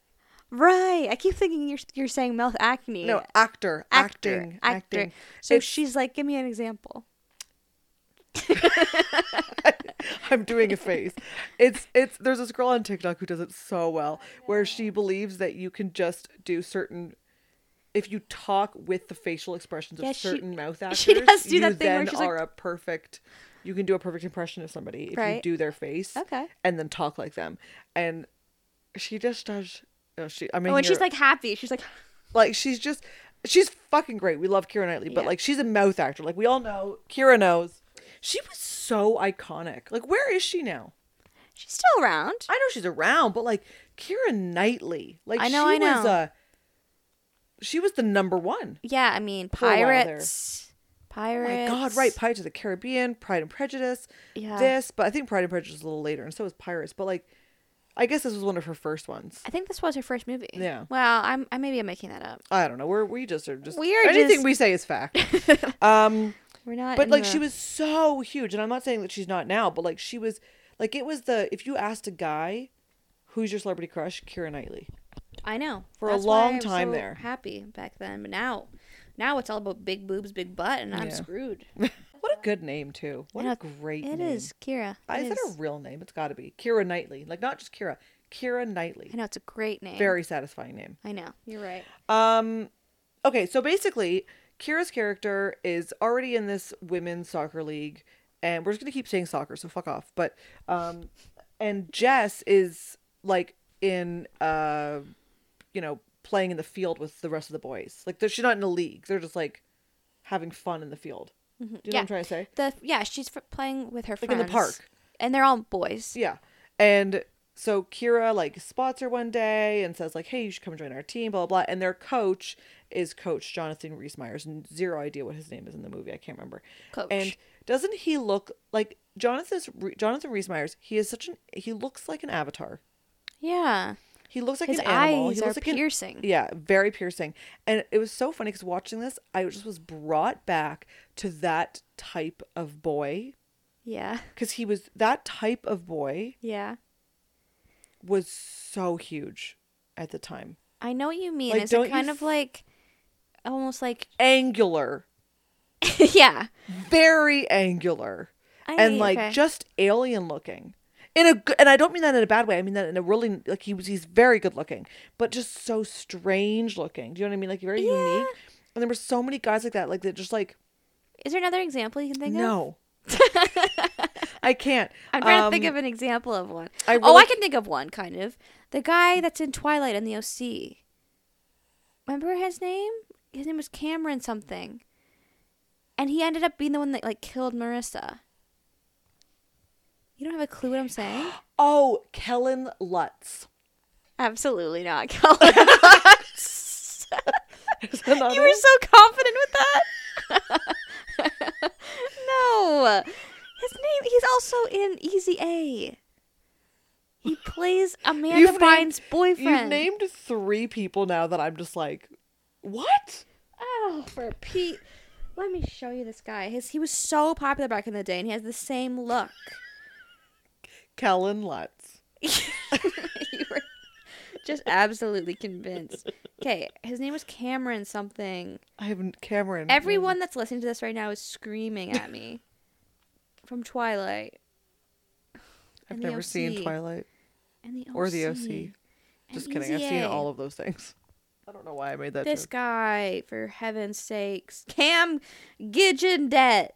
Speaker 2: right. I keep thinking you're you're saying mouth acne.
Speaker 1: No, actor,
Speaker 2: actor,
Speaker 1: acting,
Speaker 2: actor.
Speaker 1: acting.
Speaker 2: So
Speaker 1: It's-
Speaker 2: she's like, give me an example.
Speaker 1: I'm doing a face. It's it's there's this girl on TikTok who does it so well where she believes that you can just do certain if you talk with the facial expressions of
Speaker 2: Yeah, she-
Speaker 1: certain mouth actors,
Speaker 2: she does do
Speaker 1: you
Speaker 2: that thing where
Speaker 1: then
Speaker 2: she's like-
Speaker 1: are a perfect you can do a perfect impression of somebody if you
Speaker 2: Right.
Speaker 1: do their face
Speaker 2: Okay.
Speaker 1: and then talk like them. And she just does you know, she I mean
Speaker 2: Oh, and she's
Speaker 1: you're-
Speaker 2: like happy. She's like,
Speaker 1: like she's just she's fucking great. We love Kira Knightley, but
Speaker 2: Yeah.
Speaker 1: like she's a mouth actor. Like we all know, Kira knows. She was so iconic. Like where is she now?
Speaker 2: she's still around.
Speaker 1: I know she's around, but like Kira Knightley, like
Speaker 2: I know,
Speaker 1: she
Speaker 2: I know.
Speaker 1: was a she was the number one.
Speaker 2: Yeah, I mean,
Speaker 1: For a while there.
Speaker 2: pirates.
Speaker 1: Oh my
Speaker 2: Pirates.
Speaker 1: God, right? Pirates of the Caribbean, Pride and Prejudice,
Speaker 2: Yeah.
Speaker 1: this, but I think Pride and Prejudice was a little later, and so was Pirates. But like, I guess this was one of her first ones.
Speaker 2: I think this was her first movie.
Speaker 1: Yeah.
Speaker 2: Well, I'm, I maybe I'm making that up.
Speaker 1: I don't know. We're we just are just
Speaker 2: We are
Speaker 1: anything
Speaker 2: just-
Speaker 1: we say is fact. um,
Speaker 2: We're not.
Speaker 1: but
Speaker 2: in
Speaker 1: like
Speaker 2: the-
Speaker 1: she was so huge, and I'm not saying that she's not now, but like she was, like it was the if you asked a guy, who's your celebrity crush, Kira Knightley.
Speaker 2: I know.
Speaker 1: for a
Speaker 2: That's why
Speaker 1: long
Speaker 2: I was
Speaker 1: time
Speaker 2: so
Speaker 1: there.
Speaker 2: Happy back then, but now, now it's all about big boobs, big butt, and I'm
Speaker 1: Yeah.
Speaker 2: screwed.
Speaker 1: What a good name too. What
Speaker 2: know,
Speaker 1: a great
Speaker 2: It
Speaker 1: name.
Speaker 2: is Kira.
Speaker 1: Uh, Is
Speaker 2: It
Speaker 1: that a
Speaker 2: is.
Speaker 1: real name? It's got to be Kira Knightley. Like not just Kira, Kira Knightley.
Speaker 2: I know it's a great name.
Speaker 1: Very satisfying name.
Speaker 2: I know. You're right.
Speaker 1: Um, okay, so basically, Kira's character is already in this women's soccer league, and we're just gonna keep saying soccer, so fuck off. But um, and Jess is like in uh, you know, playing in the field with the rest of the boys. Like they're, she's not in a league. They're just like having fun in the field. Do you know what
Speaker 2: Yeah.
Speaker 1: I'm trying to say?
Speaker 2: The yeah, she's f- playing with her
Speaker 1: Like in
Speaker 2: friends
Speaker 1: the park.
Speaker 2: and they're all boys.
Speaker 1: Yeah. And so Kira like spots her one day and says like, "Hey, you should come join our team." Blah blah. blah. And their coach is Coach Jonathan Rhys Meyers. and Zero idea what his name is in the movie. I can't remember.
Speaker 2: Coach.
Speaker 1: And doesn't he look like Jonathan? Jonathan Rhys Meyers. He is such an. He looks like an avatar.
Speaker 2: Yeah.
Speaker 1: He looks like
Speaker 2: His
Speaker 1: an animal.
Speaker 2: eyes
Speaker 1: he looks
Speaker 2: are
Speaker 1: like an-
Speaker 2: piercing.
Speaker 1: yeah, very piercing. And it was so funny because watching this, I just was brought back to that type of boy
Speaker 2: Yeah.
Speaker 1: because he was that type of boy
Speaker 2: Yeah.
Speaker 1: was so huge at the time.
Speaker 2: I know what you mean.
Speaker 1: Like,
Speaker 2: Is
Speaker 1: don't
Speaker 2: it
Speaker 1: you
Speaker 2: kind
Speaker 1: f-
Speaker 2: of like almost like
Speaker 1: Angular,
Speaker 2: yeah.
Speaker 1: very angular.
Speaker 2: I,
Speaker 1: and like
Speaker 2: okay.
Speaker 1: just alien looking. In a good, and I don't mean that in a bad way. I mean that in a really like he was he's very good looking, but just so strange looking. Do you know what I mean? Like very
Speaker 2: Yeah.
Speaker 1: unique. And there were so many guys like that. Like that just like
Speaker 2: Is there another example you can think of?
Speaker 1: no, I can't.
Speaker 2: I'm trying to think
Speaker 1: Um,
Speaker 2: of an example of one.
Speaker 1: I
Speaker 2: oh,
Speaker 1: really-
Speaker 2: I can think of one kind of. The guy that's in Twilight in the OC. Remember his name? His name was Cameron something. And he ended up being the one that like killed Marissa. You don't have a clue what I'm saying?
Speaker 1: Oh, Kellen Lutz.
Speaker 2: Absolutely not, Colin. Lutz.
Speaker 1: Is that not
Speaker 2: you were
Speaker 1: it?
Speaker 2: so confident with that. no, his name. He's also in Easy A. He plays Amanda
Speaker 1: You've named-
Speaker 2: Bynes'
Speaker 1: You've
Speaker 2: boyfriend.
Speaker 1: named three people now that I'm just like, what?
Speaker 2: oh, for Pete. Let me show you this guy. His, he was so popular back in the day, and he has the same look.
Speaker 1: Kellen Lutz.
Speaker 2: you were just absolutely convinced. Okay, his name was Cameron something.
Speaker 1: I haven't Cameron.
Speaker 2: Everyone that's listening to this right now is screaming at me from Twilight.
Speaker 1: I've
Speaker 2: and the
Speaker 1: never seen
Speaker 2: OC.
Speaker 1: Twilight
Speaker 2: And the OC.
Speaker 1: or the OC. Just
Speaker 2: And
Speaker 1: kidding. I've seen
Speaker 2: EZA.
Speaker 1: all of those things. I don't know why I made that
Speaker 2: This
Speaker 1: joke.
Speaker 2: guy, for heaven's sakes. Cam Gidgendet.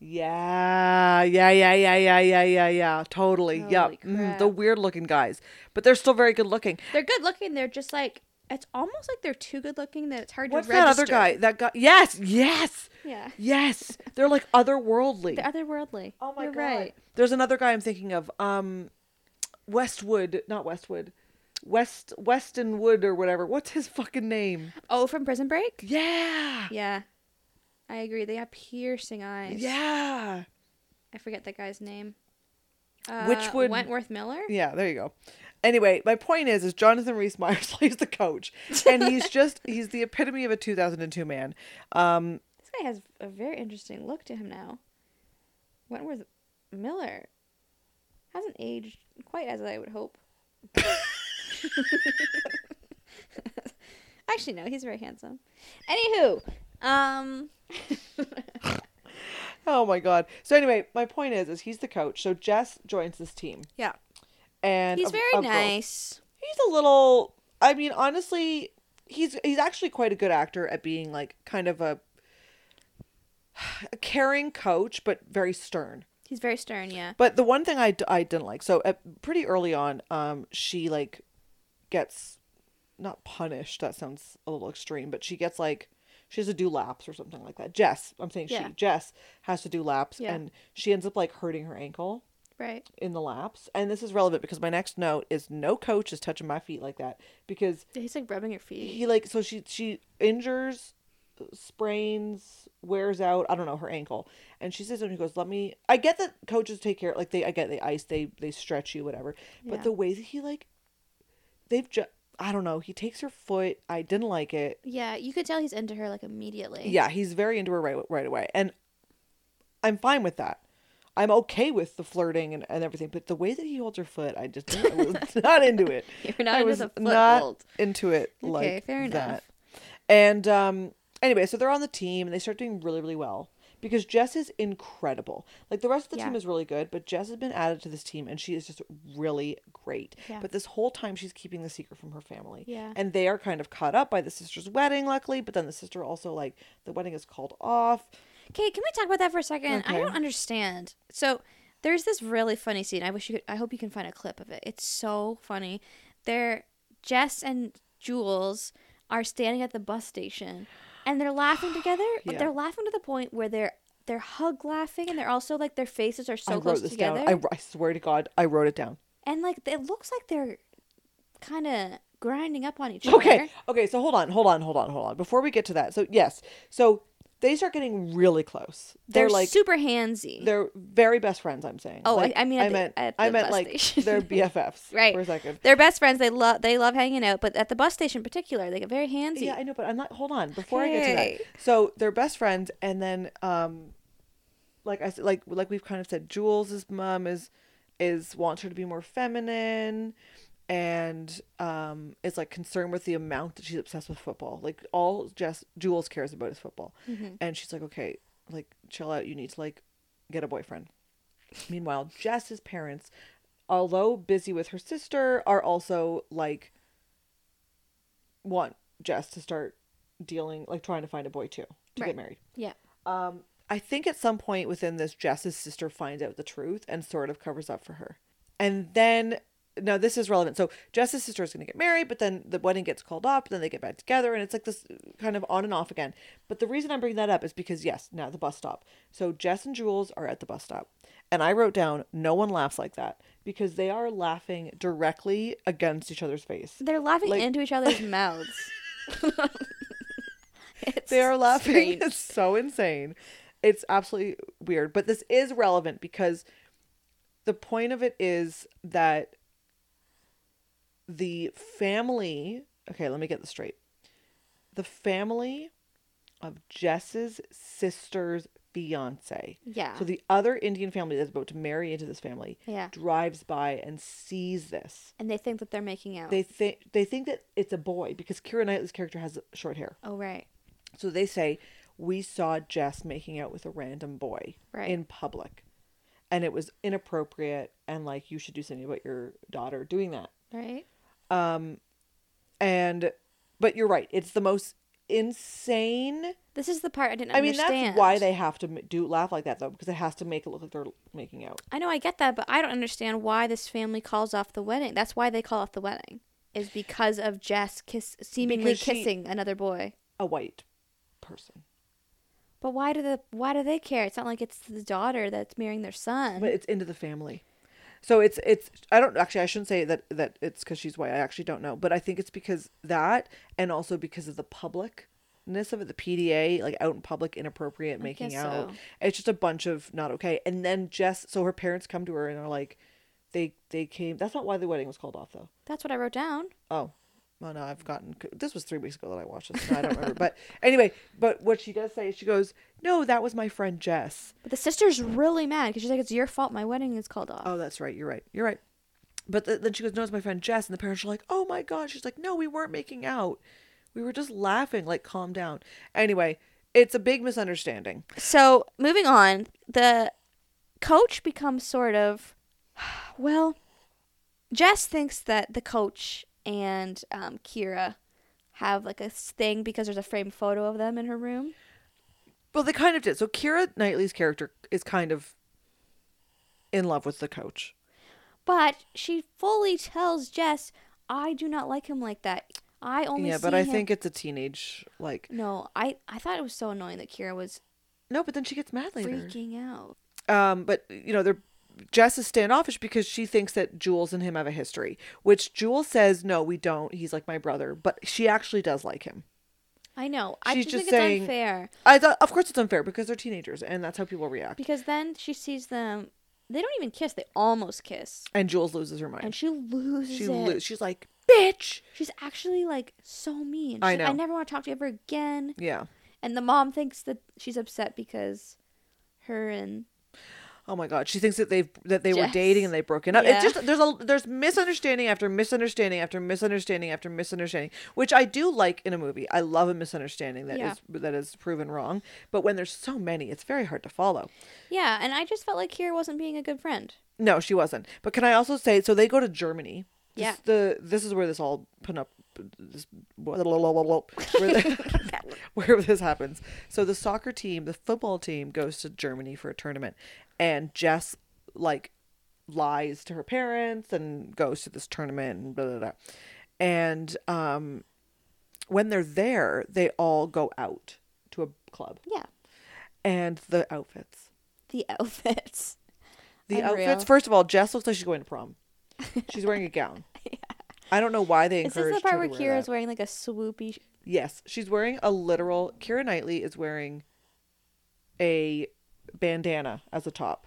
Speaker 1: Yeah, yeah, yeah, yeah, yeah, yeah, yeah, yeah. Totally. yep.
Speaker 2: Holy
Speaker 1: Mm, the
Speaker 2: crap.
Speaker 1: weird looking guys, but they're still very good looking.
Speaker 2: They're good looking. They're just like, it's almost like they're too good looking that it's hard
Speaker 1: What's
Speaker 2: to register.
Speaker 1: that other guy? That guy? Yes, yes,
Speaker 2: Yeah.
Speaker 1: yes. They're like otherworldly.
Speaker 2: They're otherworldly.
Speaker 1: Oh my
Speaker 2: You're
Speaker 1: god.
Speaker 2: Right.
Speaker 1: There's another guy I'm thinking of. Um Westwood, not Westwood. West Weston Wood or whatever. What's his fucking name?
Speaker 2: Oh, from Prison Break?
Speaker 1: Yeah.
Speaker 2: Yeah. I agree. They have piercing eyes.
Speaker 1: Yeah.
Speaker 2: I forget that guy's name. Uh,
Speaker 1: Which would-
Speaker 2: Wentworth Miller?
Speaker 1: Yeah, there you go. Anyway, my point is, is Jonathan Rhys Meyers plays the coach, and he's just—he's the epitome of a 2002 man. Um,
Speaker 2: This guy has a very interesting look to him now. Wentworth Miller hasn't aged quite as I would hope. Actually, no, he's very handsome. Anywho, um,
Speaker 1: oh my god! So anyway, my point is, is he's the coach. So Jess joins this team,
Speaker 2: yeah,
Speaker 1: and
Speaker 2: he's
Speaker 1: of-
Speaker 2: very
Speaker 1: of girls.
Speaker 2: nice.
Speaker 1: He's a little. I mean, honestly, he's he's actually quite a good actor at being like kind of a, a caring coach, but very stern.
Speaker 2: He's very stern, yeah.
Speaker 1: But the one thing I, d- I didn't like, so at, pretty early on, um, she like gets not punished. That sounds a little extreme, but she gets like she has to do laps or something like that. Jess, I'm saying
Speaker 2: Yeah.
Speaker 1: she Jess has to do laps,
Speaker 2: Yeah.
Speaker 1: and she ends up like hurting her ankle
Speaker 2: Right.
Speaker 1: in the laps. And this is relevant because my next note is no coach is touching my feet like that because
Speaker 2: He's like rubbing your feet.
Speaker 1: he like so she she injures sprains wears out i don't know her ankle and she says and he goes let me i get that coaches take care like they i get they ice they they stretch you whatever but
Speaker 2: Yeah.
Speaker 1: the way that he like they've just i don't know he takes her foot i didn't like it
Speaker 2: Yeah, you could tell he's into her like immediately.
Speaker 1: yeah he's very into her right right away and i'm fine with that i'm okay with the flirting and, and everything but the way that he holds her foot i just I was not into it
Speaker 2: You're not
Speaker 1: I
Speaker 2: into
Speaker 1: was
Speaker 2: the foot
Speaker 1: not
Speaker 2: hold.
Speaker 1: into it
Speaker 2: Okay,
Speaker 1: like
Speaker 2: fair enough.
Speaker 1: that. And um, anyway, so they're on the team and they start doing really, really well because Jess is incredible. Like the rest of the
Speaker 2: Yeah.
Speaker 1: team is really good, but Jess has been added to this team and she is just really great.
Speaker 2: Yeah.
Speaker 1: But this whole time she's keeping the secret from her family.
Speaker 2: Yeah.
Speaker 1: And they are kind of caught up by the sister's wedding, luckily. But then the sister also like the wedding is called off.
Speaker 2: Okay, can we talk about that for a second?
Speaker 1: Okay.
Speaker 2: I don't understand. So there's this really funny scene. I wish you could. I hope you can find a clip of it. It's so funny. They're Jess and Jules are standing at the bus station, and they're laughing together. But
Speaker 1: Yeah.
Speaker 2: they're laughing to the point where they're they're hug laughing, and they're also like their faces are
Speaker 1: I
Speaker 2: so
Speaker 1: wrote
Speaker 2: close
Speaker 1: this
Speaker 2: together,
Speaker 1: down. I, I swear to God, I wrote it down.
Speaker 2: and like it looks like they're kind of grinding up on each other.
Speaker 1: Okay. Okay. So hold on, hold on, hold on, hold on. Before we get to that, so yes, so they start getting really close.
Speaker 2: They're,
Speaker 1: They're, like
Speaker 2: super handsy.
Speaker 1: they're very best friends. I'm saying.
Speaker 2: Oh, I-
Speaker 1: Like,
Speaker 2: I mean at
Speaker 1: I
Speaker 2: the-
Speaker 1: meant,
Speaker 2: at
Speaker 1: I
Speaker 2: the
Speaker 1: meant
Speaker 2: bus
Speaker 1: like
Speaker 2: station.
Speaker 1: they're BFFs.
Speaker 2: Right.
Speaker 1: For a second.
Speaker 2: They're best friends. They love they love hanging out, but at the bus station in particular, they get very handsy.
Speaker 1: Yeah, I know, but I'm not. Hold on, before I get to
Speaker 2: Okay.
Speaker 1: that. So they're best friends, and then, um, like I s- like like we've kind of said, Jules's mom is is wants her to be more feminine, and um, is like concerned with the amount that she's obsessed with football. Like all Jess Jules cares about is football, and she's like, okay, like chill out. You need to like get a boyfriend. Meanwhile, Jess's parents, although busy with her sister, are also like want Jess to start dealing, like trying to find a boy too to
Speaker 2: Right.
Speaker 1: get married.
Speaker 2: Yeah.
Speaker 1: Um, I think at some point within this, Jess's sister finds out the truth and sort of covers up for her. And then, now this is relevant. So Jess's sister is going to get married, but then the wedding gets called up, then they get back together, and it's like this kind of on and off again. But the reason I'm bringing that up is because, yes, now the bus stop. So Jess and Jules are at the bus stop. And I wrote down, no one laughs like that because they are laughing directly against each other's face.
Speaker 2: They're laughing
Speaker 1: Like-
Speaker 2: into each other's mouths. It's
Speaker 1: they are laughing.
Speaker 2: strange.
Speaker 1: It's so insane. It's absolutely weird, but this is relevant because the point of it is that the family, okay, let me get this straight. The family of Jess's sister's fiance.
Speaker 2: Yeah.
Speaker 1: So the other Indian family that's about to marry into this family
Speaker 2: Yeah.
Speaker 1: drives by and sees this.
Speaker 2: And they think that they're making out.
Speaker 1: They think they think that it's a boy because Kira Knightley's character has short hair.
Speaker 2: oh, right.
Speaker 1: So they say, We saw Jess making out with a random boy
Speaker 2: Right.
Speaker 1: in public. And it was inappropriate. And like, you should do something about your daughter doing that.
Speaker 2: Right?
Speaker 1: And, but you're right. It's the most insane.
Speaker 2: This is the part I didn't
Speaker 1: I mean,
Speaker 2: understand.
Speaker 1: that's why they have to m- do laugh like that, though, because it has to make it look like they're making out.
Speaker 2: I know I get that, but I don't understand why this family calls off the wedding. That's why they call off the wedding. Is because of Jess kiss seemingly
Speaker 1: Because she-
Speaker 2: kissing another boy.
Speaker 1: A white person.
Speaker 2: But why do the why do they care? It's not like it's the daughter that's marrying their son.
Speaker 1: But it's into the family. So it's it's I don't actually I shouldn't say that that it's because she's white I actually don't know but I think it's because that and also because of the publicness of it the PDA like out in public inappropriate making
Speaker 2: guess
Speaker 1: out
Speaker 2: so.
Speaker 1: it's just a bunch of not okay and then Jess so her parents come to her and are like they they came that's not why the wedding was called off though
Speaker 2: that's what I wrote down.
Speaker 1: Oh, well, no, I've gotten this was three weeks ago that I watched this. and I don't remember, but anyway, but what she does say, is she goes, "No, that was my friend Jess."
Speaker 2: But the sister's really mad because she's like, "It's your fault. My wedding is called off."
Speaker 1: Oh, that's right. You're right. You're right. But th- then she goes, "No, it's my friend Jess," and the parents are like, "Oh my god!" She's like, "No, we weren't making out. We were just laughing. Like, calm down." Anyway, it's a big misunderstanding.
Speaker 2: So moving on, the coach becomes sort of well. Jess thinks that the coach and um, Kira have like a s- thing because there's a framed photo of them in her room.
Speaker 1: Well, they kind of did. So Kira Knightley's character is kind of in love with the coach.
Speaker 2: But she fully tells Jess, "I do not like him like that. Oh, I only
Speaker 1: yeah,
Speaker 2: see
Speaker 1: but I
Speaker 2: him-"
Speaker 1: think it's a teenage like.
Speaker 2: no. I I thought it was so annoying that Kira was
Speaker 1: No, but then she gets mad later.
Speaker 2: freaking out.
Speaker 1: Um, but you know, they're Jess is standoffish because she thinks that Jules and him have a history, which Jules says, "No, we don't. He's like my brother." But she actually does like him.
Speaker 2: I know. I
Speaker 1: She's
Speaker 2: just, think
Speaker 1: just saying-
Speaker 2: it's unfair
Speaker 1: I thought, of course, it's unfair because they're teenagers and that's how people react.
Speaker 2: because then she sees them. They don't even kiss. They almost kiss,
Speaker 1: And Jules loses her mind.
Speaker 2: and she loses
Speaker 1: she
Speaker 2: it.
Speaker 1: lo- she's like, "Bitch."
Speaker 2: She's actually like so mean. She's
Speaker 1: I
Speaker 2: like, I
Speaker 1: know.
Speaker 2: never want to talk to you ever again.
Speaker 1: Yeah.
Speaker 2: And the mom thinks that she's upset because her and
Speaker 1: Oh my god. She thinks that they've that they were
Speaker 2: Jess.
Speaker 1: dating and they've broken up.
Speaker 2: Yeah.
Speaker 1: It's just there's a there's misunderstanding after misunderstanding after misunderstanding after misunderstanding, which I do like in a movie. I love a misunderstanding that is
Speaker 2: Yeah.
Speaker 1: that is proven wrong. But when there's so many, it's very hard to follow.
Speaker 2: yeah. And I just felt like Kira wasn't being a good friend.
Speaker 1: No, she wasn't. But can I also say so they go to Germany. This-
Speaker 2: Yeah.
Speaker 1: The this is where this all put up this blah, blah, blah, blah, blah, where, the- where this happens. So the soccer team, the football team goes to Germany for a tournament and Jess like lies to her parents and goes to this tournament and blah blah blah. And um when they're there, they all go out to a club
Speaker 2: Yeah,
Speaker 1: and the outfits.
Speaker 2: the outfits.
Speaker 1: The
Speaker 2: Unreal.
Speaker 1: outfits. First of all, Jess looks like she's going to prom. She's wearing a gown. I don't know why they
Speaker 2: Is this
Speaker 1: encouraged
Speaker 2: the part
Speaker 1: her
Speaker 2: where
Speaker 1: to wear
Speaker 2: Kira's
Speaker 1: that.
Speaker 2: wearing like a swoopy?
Speaker 1: Yes, she's wearing a literal. Kira Knightley is wearing a bandana as a top.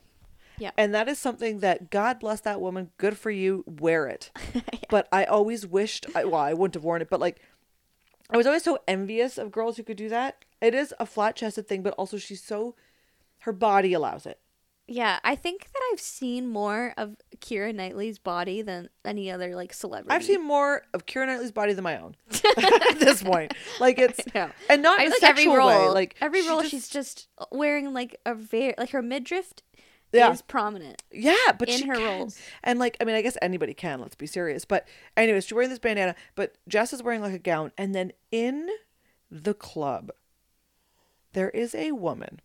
Speaker 2: Yeah.
Speaker 1: And that is something that God bless that woman. Good for you. Wear it. But I always wished. I, well, I wouldn't have worn it, but like, I was always so envious of girls who could do that. It is a flat chested thing, but also she's so. Her body allows it.
Speaker 2: Yeah, I think that I've seen more of Kira Knightley's body than any other like celebrity.
Speaker 1: I've seen more of Kira Knightley's body than my own at this point. Like it's
Speaker 2: know.
Speaker 1: and not
Speaker 2: I
Speaker 1: in a
Speaker 2: feel like
Speaker 1: sexual
Speaker 2: every role,
Speaker 1: way. Like
Speaker 2: every
Speaker 1: she
Speaker 2: role,
Speaker 1: just-
Speaker 2: she's just wearing like a very like her midriff
Speaker 1: Yeah.
Speaker 2: is prominent.
Speaker 1: Yeah, but
Speaker 2: in
Speaker 1: she
Speaker 2: her
Speaker 1: can.
Speaker 2: roles.
Speaker 1: And like, I mean, I guess anybody can. Let's be serious. But anyways, she's wearing this bandana. But Jess is wearing like a gown, and then in the club, there is a woman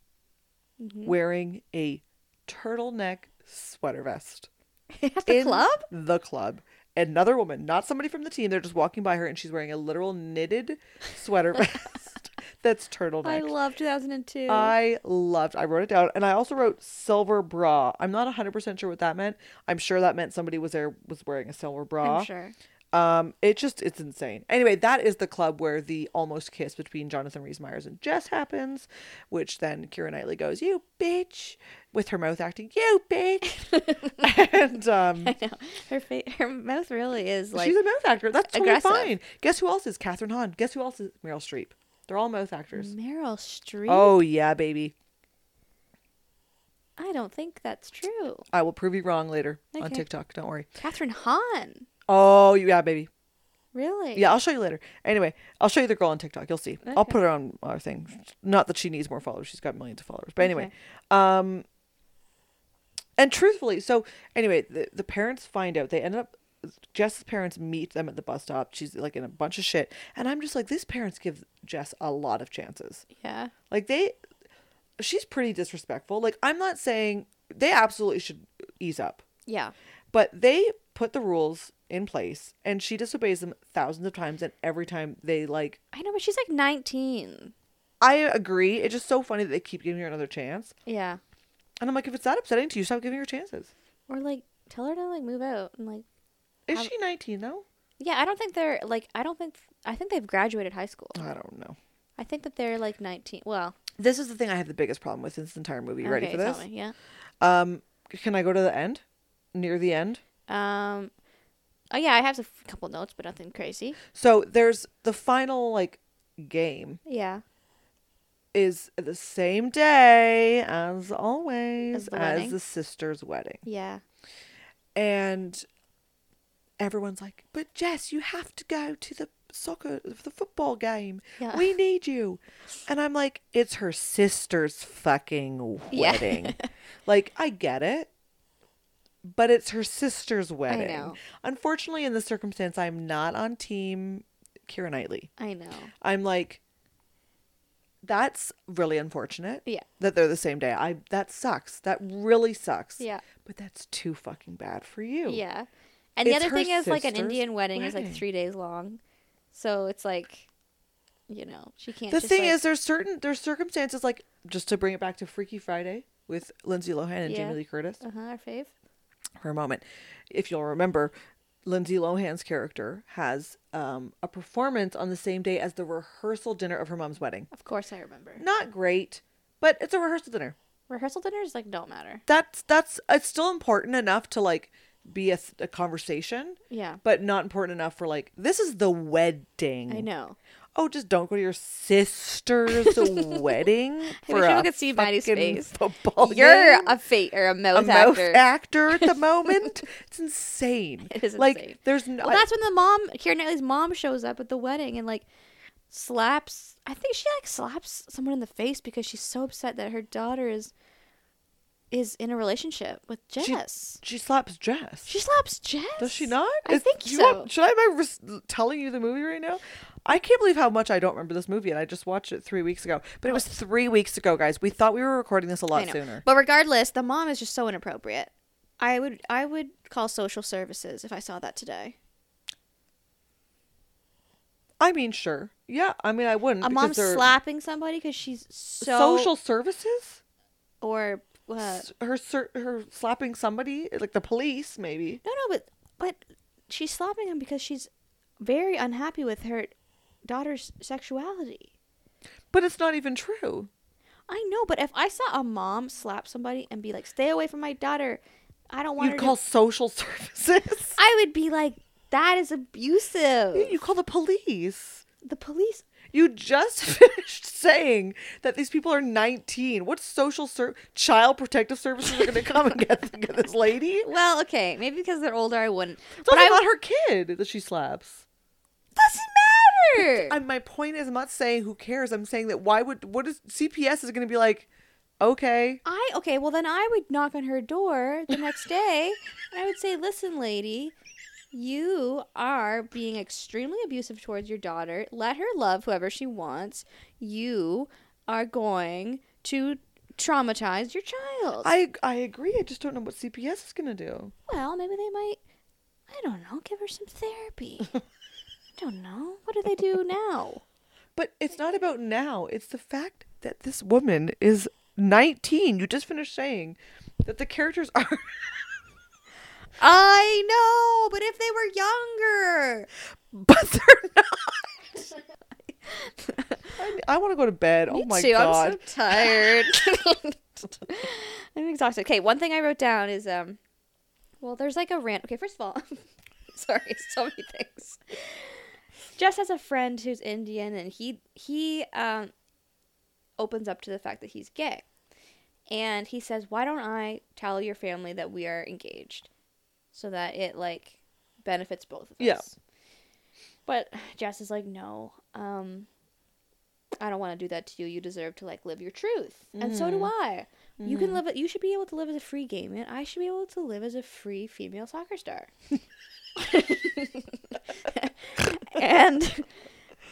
Speaker 2: Mm-hmm.
Speaker 1: wearing a turtleneck sweater vest
Speaker 2: At the
Speaker 1: in
Speaker 2: club?
Speaker 1: The club. Another woman, not somebody from the team. They're just walking by her, and she's wearing a literal knitted sweater vest that's turtleneck.
Speaker 2: I love 2002.
Speaker 1: I loved. I wrote it down, and I also wrote silver bra. I'm not 100 percent sure what that meant. I'm sure that meant somebody was there was wearing a silver bra.
Speaker 2: I'm sure.
Speaker 1: Um, it just it's insane. Anyway, that is the club where the almost kiss between Jonathan Rhys Meyers and Jess happens, which then Kira Knightley goes, "You bitch," with her mouth acting, "You bitch," and um,
Speaker 2: I know. Her face, her mouth really is like
Speaker 1: she's a mouth actor. That's totally
Speaker 2: aggressive.
Speaker 1: fine. Guess who else is Catherine Hahn? Guess who else is Meryl Streep? They're all mouth actors.
Speaker 2: Meryl Streep.
Speaker 1: Oh yeah, baby.
Speaker 2: I don't think that's true.
Speaker 1: I will prove you wrong later on
Speaker 2: Okay.
Speaker 1: TikTok. Don't worry.
Speaker 2: Catherine Hahn.
Speaker 1: Oh, yeah, baby.
Speaker 2: Really?
Speaker 1: Yeah, I'll show you later. Anyway, I'll show you the girl on TikTok. You'll see. I'll
Speaker 2: Okay.
Speaker 1: put her on our thing. Not that she needs more followers. She's got millions of followers. But anyway,
Speaker 2: Okay.
Speaker 1: um, and truthfully, so anyway, the, the parents find out. They end up. Jess's parents meet them at the bus stop. She's like in a bunch of shit, and I'm just like, these parents give Jess a lot of chances.
Speaker 2: Yeah.
Speaker 1: Like they, she's pretty disrespectful. Like I'm not saying they absolutely should ease up.
Speaker 2: Yeah.
Speaker 1: But they put the rules in place and she disobeys them thousands of times and every time they like
Speaker 2: I know, but she's like 19.
Speaker 1: I agree. It's just so funny that they keep giving her another chance.
Speaker 2: Yeah.
Speaker 1: And I'm like, if it's that upsetting to you, stop giving her chances.
Speaker 2: Or like tell her to like move out and like
Speaker 1: Is
Speaker 2: Have-
Speaker 1: she 19 though?
Speaker 2: yeah, I don't think they're like I don't think I think they've graduated high school.
Speaker 1: I don't know.
Speaker 2: I think that they're like 19. Well,
Speaker 1: This is the thing I have the biggest problem with in this entire movie. You ready
Speaker 2: okay,
Speaker 1: for
Speaker 2: tell
Speaker 1: this?
Speaker 2: me, Yeah.
Speaker 1: Um, can I go to the end? Near the end?
Speaker 2: Um Oh yeah, I have a f- couple notes, but nothing crazy.
Speaker 1: So there's the final like game
Speaker 2: Yeah.
Speaker 1: is the same day as always
Speaker 2: As the
Speaker 1: as
Speaker 2: wedding?
Speaker 1: the sister's wedding.
Speaker 2: Yeah.
Speaker 1: and everyone's like, "But Jess, you have to go to the soccer, the football game.
Speaker 2: Yeah.
Speaker 1: We need you." And I'm like, "It's her sister's fucking
Speaker 2: Yeah.
Speaker 1: wedding. like, I get it." But it's her sister's wedding.
Speaker 2: know.
Speaker 1: Unfortunately, in this circumstance, I'm not on team Kira Knightley.
Speaker 2: I know.
Speaker 1: I'm like, that's really unfortunate.
Speaker 2: Yeah.
Speaker 1: That they're the same day. I that sucks. That really sucks.
Speaker 2: Yeah.
Speaker 1: But that's too fucking bad for you.
Speaker 2: Yeah. And the
Speaker 1: It's
Speaker 2: other
Speaker 1: her
Speaker 2: thing is like an
Speaker 1: sister's
Speaker 2: Indian wedding, is like
Speaker 1: wedding.
Speaker 2: 3 days long. So it's like you know, she can't
Speaker 1: The
Speaker 2: just,
Speaker 1: thing
Speaker 2: like-
Speaker 1: is, there's certain there's circumstances like just to bring it back to Freaky Friday with Lindsay Lohan and
Speaker 2: Yeah.
Speaker 1: Jamie Lee Curtis
Speaker 2: uh-huh, our fave.
Speaker 1: for a moment. If you'll remember, Lindsay Lohan's character has um, a performance on the same day as the rehearsal dinner of her mom's wedding.
Speaker 2: Of course I remember.
Speaker 1: Not great, but it's a rehearsal dinner.
Speaker 2: Rehearsal dinners like don't matter.
Speaker 1: that's that's it's still important enough to like be a, th- a conversation
Speaker 2: Yeah.
Speaker 1: but not important enough for like this is the wedding
Speaker 2: I know.
Speaker 1: oh just don't go to your sister's wedding for
Speaker 2: wish
Speaker 1: a
Speaker 2: I could see Maddie's
Speaker 1: fucking
Speaker 2: face.
Speaker 1: football
Speaker 2: You're
Speaker 1: game,
Speaker 2: a fate or a
Speaker 1: a
Speaker 2: mouth
Speaker 1: mouth
Speaker 2: actor.
Speaker 1: actor. at the moment it's insane
Speaker 2: It is
Speaker 1: like
Speaker 2: insane.
Speaker 1: there's no
Speaker 2: well, that's when the mom, Keira Knightley's mom, shows up at the wedding and like slaps. I think she like slaps someone in the face because she's so upset that her daughter is is in a relationship with Jess.
Speaker 1: she slaps Jess
Speaker 2: She, slaps Jess.
Speaker 1: does she not
Speaker 2: I
Speaker 1: Is-
Speaker 2: think
Speaker 1: do you
Speaker 2: so.
Speaker 1: want- should I am I res- telling you the movie right now I can't believe how much I don't remember this movie, and I just watched it three weeks ago. But it was three weeks ago, guys. We thought we were recording this a
Speaker 2: I
Speaker 1: lot
Speaker 2: know.
Speaker 1: sooner.
Speaker 2: But regardless, the mom is just so inappropriate. I would I would call social services if I saw that today.
Speaker 1: I mean, sure. Yeah, I mean, I wouldn't.
Speaker 2: A
Speaker 1: Mm, because
Speaker 2: mom
Speaker 1: they're-
Speaker 2: slapping somebody because she's so
Speaker 1: social services.
Speaker 2: or uh,
Speaker 1: S- her cer- her slapping somebody, like the police, maybe.
Speaker 2: No, no, but but she's slapping him because she's very unhappy with her daughter's sexuality.
Speaker 1: But it's not even true.
Speaker 2: I know, but if I saw a mom slap somebody and be like, "Stay away from my daughter," I don't want
Speaker 1: You'd
Speaker 2: her
Speaker 1: call
Speaker 2: to.
Speaker 1: social services.
Speaker 2: I would be like, "That is abusive."
Speaker 1: you call the police.
Speaker 2: the police.
Speaker 1: You just finished saying that these people are 19. What social ser- child protective services are going to come and get, get this lady?
Speaker 2: Well, okay, maybe because they're older, I wouldn't.
Speaker 1: It's
Speaker 2: But
Speaker 1: also
Speaker 2: I
Speaker 1: not her kid that she slaps.
Speaker 2: doesn't matter.
Speaker 1: I, my point is, I'm not saying who cares. I'm saying that why would what is CPS is going to be like? Okay.
Speaker 2: I okay, well then I would knock on her door the next day and I would say, "Listen, lady, you are being extremely abusive towards your daughter. Let her love whoever she wants. You are going to traumatize your child."
Speaker 1: I I agree. I just don't know what CPS is gonna do.
Speaker 2: well, maybe they might I don't know, give her some therapy. I don't know. What do they do now?
Speaker 1: But it's not about now. It's the fact that this woman is 19. You just finished saying that the characters are.
Speaker 2: I know, but if they were younger.
Speaker 1: but they're not. I, want to go to bed.
Speaker 2: Me
Speaker 1: oh my
Speaker 2: too. I'm
Speaker 1: god.
Speaker 2: so tired. I'm exhausted. Okay, one thing I wrote down is um, well, there's like a rant. Okay, first of all, sorry, so many things. Jess has a friend who's Indian, and he he um opens up to the fact that he's gay, and he says, "Why don't I tell your family that we are engaged, so that it like benefits both of
Speaker 1: Yeah.
Speaker 2: us?" But Jess is like, "No, um, I don't want to do that to you. You deserve to like live your truth, and so do
Speaker 1: Mm-hmm.
Speaker 2: I. You can live. You should be able to live as a free gay man. I should be able to live as a free female soccer star. and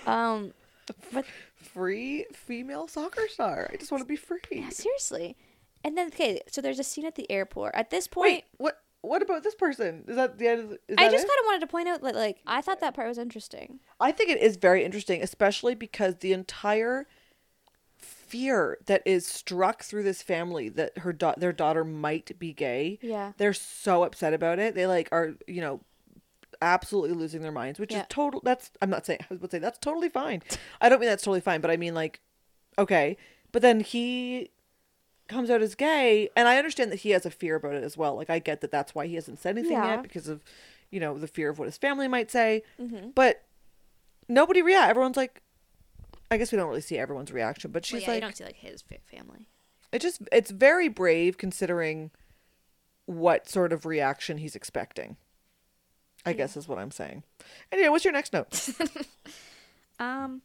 Speaker 2: um,
Speaker 1: Free female soccer star. I just want to be free.
Speaker 2: yeah, seriously. And then okay, so there's a scene at the airport. At this point,
Speaker 1: Wait, what? What about this person? Is that the end? Of the, is
Speaker 2: I
Speaker 1: that
Speaker 2: just
Speaker 1: it?
Speaker 2: kind of wanted to point out that like I thought that part was interesting.
Speaker 1: I think it is very interesting, especially because the entire fear that is struck through this family that her da- their daughter might be gay.
Speaker 2: Yeah.
Speaker 1: They're so upset about it. They like are, you know, absolutely losing their minds, which
Speaker 2: Yeah.
Speaker 1: is total that's I'm not saying I would say that's totally fine. I don't mean that's totally fine, but I mean like okay. But then he comes out as gay and I understand that he has a fear about it as well. Like I get that that's why he hasn't said anything
Speaker 2: Yeah.
Speaker 1: yet because of you know the fear of what his family might say.
Speaker 2: Mm-hmm.
Speaker 1: But nobody react. Everyone's like, I guess we don't really see everyone's reaction, but she's like,
Speaker 2: see like his family.
Speaker 1: it just it's very brave considering what sort of reaction he's expecting. I guess is what I'm saying. Anyway, what's your next note?
Speaker 2: Um,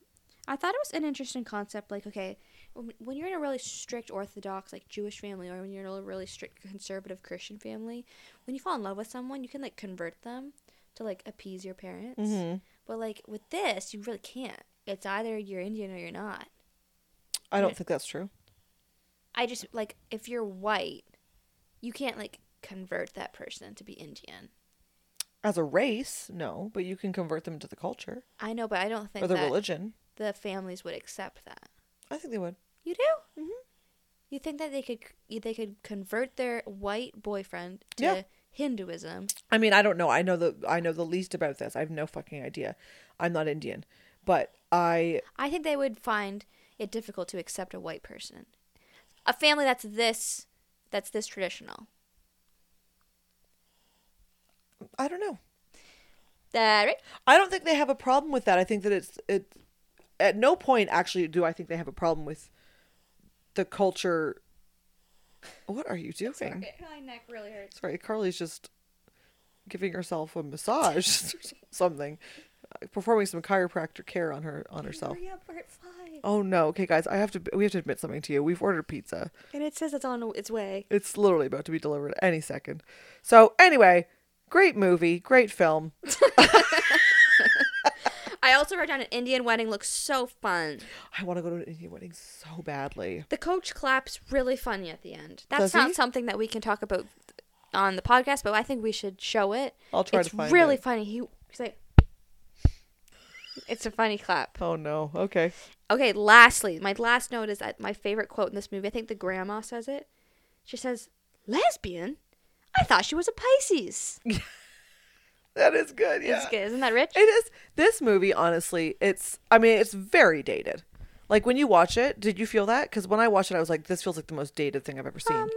Speaker 2: I thought it was an interesting concept. Like, okay, when when you're in a really strict Orthodox, like Jewish family, or when you're in a really strict conservative Christian family, when you fall in love with someone, you can like convert them to like appease your parents.
Speaker 1: Mm-hmm.
Speaker 2: But like with this, you really can't. It's either you're Indian or you're not.
Speaker 1: I don't think that's true.
Speaker 2: I just like if you're white, you can't like convert that person to be Indian.
Speaker 1: As a race, no, but you can convert them to the culture
Speaker 2: I know, but I don't think
Speaker 1: or the
Speaker 2: that
Speaker 1: religion.
Speaker 2: the families would accept that.
Speaker 1: I think they would.
Speaker 2: You do? Mm-hmm. You think that they could they could convert their white boyfriend to
Speaker 1: Yeah.
Speaker 2: Hinduism?
Speaker 1: I mean, I don't know. I know the I know the least about this. I have no fucking idea. I'm not Indian, but I
Speaker 2: I think they would find it difficult to accept a white person, a family that's this that's this traditional.
Speaker 1: I don't know.
Speaker 2: That right?
Speaker 1: I don't think they have a problem with that. I think that it's it. At no point actually do I think they have a problem with the culture. What are you doing? Sorry.
Speaker 2: My neck really hurts.
Speaker 1: Carly's just giving herself a massage or something, uh, performing some chiropractor care on her on herself.
Speaker 2: Hurry up, we're at five.
Speaker 1: Oh no! Okay, guys, I have to. We have to admit something to you. We've ordered pizza.
Speaker 2: And it says it's on its way.
Speaker 1: It's literally about to be delivered any second. So anyway, great movie, great film.
Speaker 2: I also wrote down an Indian wedding looks so fun.
Speaker 1: I want to go to an Indian wedding so badly.
Speaker 2: The coach claps really funny at the end. That's
Speaker 1: Does
Speaker 2: not
Speaker 1: he?
Speaker 2: something that we can talk about on the podcast, but I think we should show it.
Speaker 1: I'll try
Speaker 2: it's
Speaker 1: to find
Speaker 2: really
Speaker 1: it.
Speaker 2: funny. He, he's like, it's a funny clap.
Speaker 1: Oh no! Okay.
Speaker 2: Okay, lastly, my last note is that my favorite quote in this movie. I think the grandma says it. She says, "Lesbian? I thought she was a Pisces."
Speaker 1: That is good. Yeah.
Speaker 2: It's good, isn't that rich?
Speaker 1: It is. This movie, honestly, it's. I mean, it's very dated. Like when you watch it, did you feel that? Because when I watched it, I was like, this feels like the most dated thing I've ever seen.
Speaker 2: Um,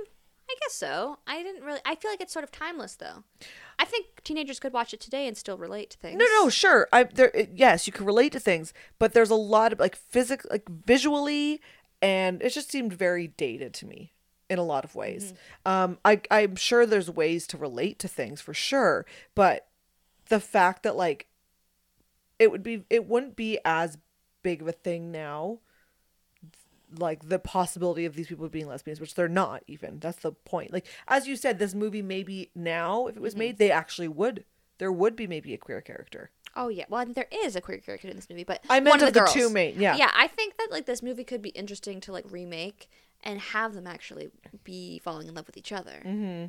Speaker 2: I guess so. I didn't really. I feel like it's sort of timeless, though. I think teenagers could watch it today and still relate to things.
Speaker 1: no, no, sure. I there. It, yes, you can relate to things, but there's a lot of like physics, like visually, and it just seemed very dated to me in a lot of ways.
Speaker 2: Mm-hmm.
Speaker 1: Um, I I'm sure there's ways to relate to things for sure, but the fact that like it would be it wouldn't be as big of a thing now like the possibility of these people being lesbians, which they're not even. That's the point. Like as you said, this movie maybe now, if it was made, they actually would. There would be maybe a queer character.
Speaker 2: Oh yeah, well I think there is a queer character in this movie, but
Speaker 1: I meant
Speaker 2: one
Speaker 1: of
Speaker 2: of the,
Speaker 1: the
Speaker 2: girls.
Speaker 1: two main- yeah.
Speaker 2: yeah. I think that like this movie could be interesting to like remake and have them actually be falling in love with each other mm-hmm.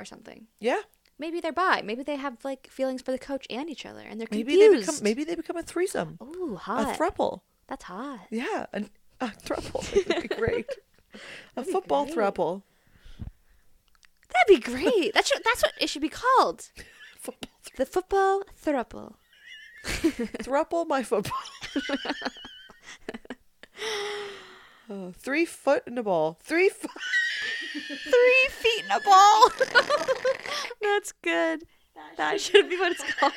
Speaker 2: or something.
Speaker 1: Yeah,
Speaker 2: Maybe they're bi. Maybe they have like feelings for the coach and each other, and they're confused.
Speaker 1: maybe they become maybe they become a threesome,
Speaker 2: Ooh,
Speaker 1: a
Speaker 2: hot.
Speaker 1: throuple.
Speaker 2: That's hot.
Speaker 1: Yeah, an, a throuple. That'd be great. a football throuple.
Speaker 2: That'd be great. That should, that's what it should be called.
Speaker 1: Football
Speaker 2: The football throuple.
Speaker 1: Thruple my football. Uh, three foot in the ball. Three foot.
Speaker 2: Three feet in a ball. that's good. That should be what it's called.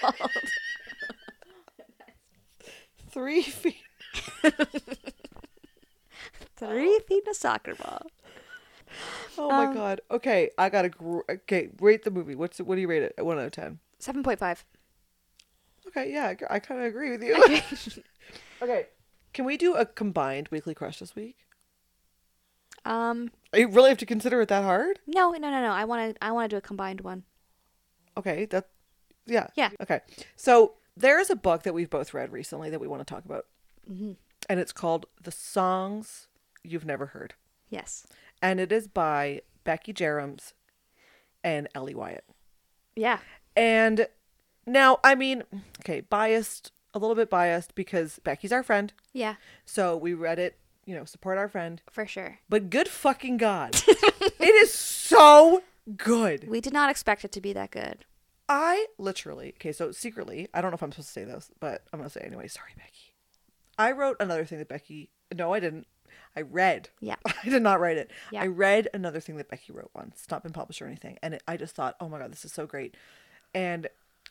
Speaker 1: Three feet.
Speaker 2: Three feet in a soccer ball.
Speaker 1: Oh my god. Okay, I gotta. Gr- okay, rate the movie. What's what do you rate it? One out of ten.
Speaker 2: Seven point five.
Speaker 1: Okay, yeah, I, kind of agree with you. okay, can we do a combined weekly crush this week? Uh,
Speaker 2: Um,
Speaker 1: You really have to consider it that hard.
Speaker 2: no, no, no, no. I want to. I want to do a combined one.
Speaker 1: Okay, that. Yeah.
Speaker 2: Yeah.
Speaker 1: Okay, so there is a book that we've both read recently that we want to talk about, and it's called "The Songs You've Never Heard."
Speaker 2: Yes.
Speaker 1: and it is by Becky Jerems and Ellie Wyatt.
Speaker 2: Yeah.
Speaker 1: And now, I mean, okay, biased, a little bit biased because Becky's our friend.
Speaker 2: Yeah.
Speaker 1: So we read it, you know, support our friend.
Speaker 2: For sure.
Speaker 1: But good fucking God, it is so good.
Speaker 2: We did not expect it to be that good.
Speaker 1: I literally, okay, so secretly, I don't know if I'm supposed to say this, but I'm going to say it anyway. Sorry, Becky. I wrote another thing that Becky, no, I didn't. I read.
Speaker 2: Yeah.
Speaker 1: I did not write it.
Speaker 2: Yeah.
Speaker 1: I read another thing that Becky wrote once. It's not been published or anything. And it, I just thought, oh my God, this is so great. And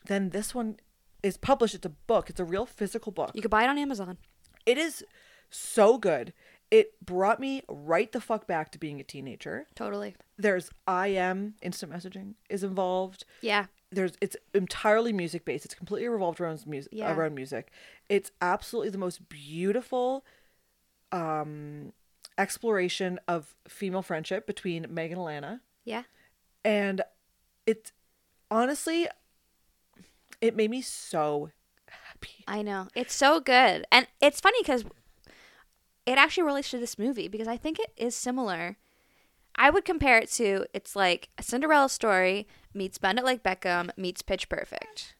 Speaker 1: then this one is published. It's a book, it's a real physical book.
Speaker 2: You could buy it on Amazon.
Speaker 1: It is so good. It brought me right the fuck back to being a teenager.
Speaker 2: Totally.
Speaker 1: There's I am instant messaging is involved
Speaker 2: Yeah.
Speaker 1: there's it's entirely music based. It's completely revolved around music.
Speaker 2: Yeah.
Speaker 1: Around music, it's absolutely the most beautiful um, exploration of female friendship between Meg and Alana,
Speaker 2: Yeah.
Speaker 1: and it's honestly, it made me so happy.
Speaker 2: I know. It's so good. And it's funny because it actually relates to this movie because I think it is similar. I would compare it to it's like a Cinderella story meets Bend It Like Beckham meets Pitch Perfect.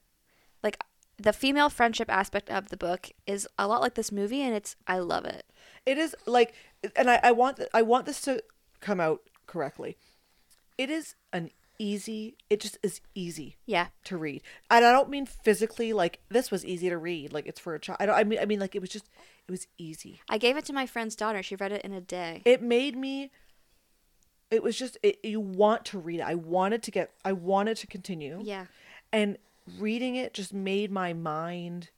Speaker 2: Like the female friendship aspect of the book is a lot like this movie, and it's I love it.
Speaker 1: It is like, and I, I want I want this to come out correctly. It is an easy. It just is easy.
Speaker 2: Yeah.
Speaker 1: to read and i don't mean physically like this was easy to read like it's for a child i don't i mean i mean like it was just it was easy
Speaker 2: I gave it to my friend's daughter. She read it in a day.
Speaker 1: it made me it was just it, you want to read it i wanted to get i wanted to continue
Speaker 2: Yeah.
Speaker 1: and reading it just made my mind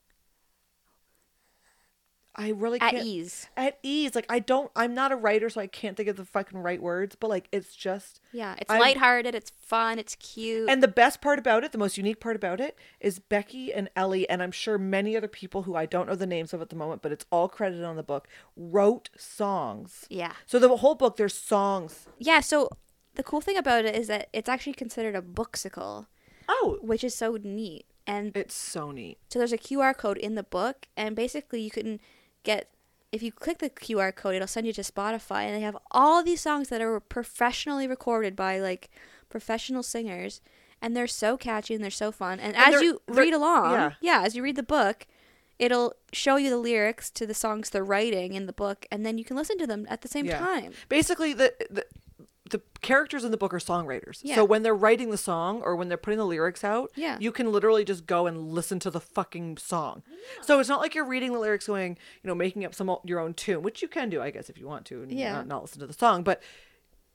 Speaker 1: i really
Speaker 2: At
Speaker 1: can't,
Speaker 2: ease.
Speaker 1: at ease like i don't i'm not a writer so i can't think of the fucking right words but like it's just
Speaker 2: Yeah. It's
Speaker 1: I'm-
Speaker 2: lighthearted. It's fun. It's cute.
Speaker 1: And the best part about it, the most unique part about it, is Becky and Ellie, and I'm sure many other people who I don't know the names of at the moment, but it's all credited on the book, wrote songs.
Speaker 2: yeah.
Speaker 1: So the whole book, there's songs.
Speaker 2: Yeah. So the cool thing about it is that it's actually considered a booksicle.
Speaker 1: Oh,
Speaker 2: which is so neat. And
Speaker 1: it's so neat.
Speaker 2: so there's a QR code in the book, and basically you can get if you click the QR code, it'll send you to Spotify, and they have all these songs that are professionally recorded by like professional singers, and they're so catchy and they're so fun. And, as
Speaker 1: they're-
Speaker 2: you
Speaker 1: they're-
Speaker 2: read along,
Speaker 1: yeah.
Speaker 2: yeah. as you read the book, it'll show you the lyrics to the songs they're writing in the book, and then you can listen to them at the same
Speaker 1: Yeah.
Speaker 2: time.
Speaker 1: Basically, the the the characters in the book are songwriters.
Speaker 2: Yeah.
Speaker 1: So when they're writing the song or when they're putting the lyrics out,
Speaker 2: Yeah.
Speaker 1: you can literally just go and listen to the fucking song. So it's not like you're reading the lyrics going, you know, making up some o- your own tune, which you can do, I guess, if you want to and
Speaker 2: Yeah.
Speaker 1: not, not listen to the song, but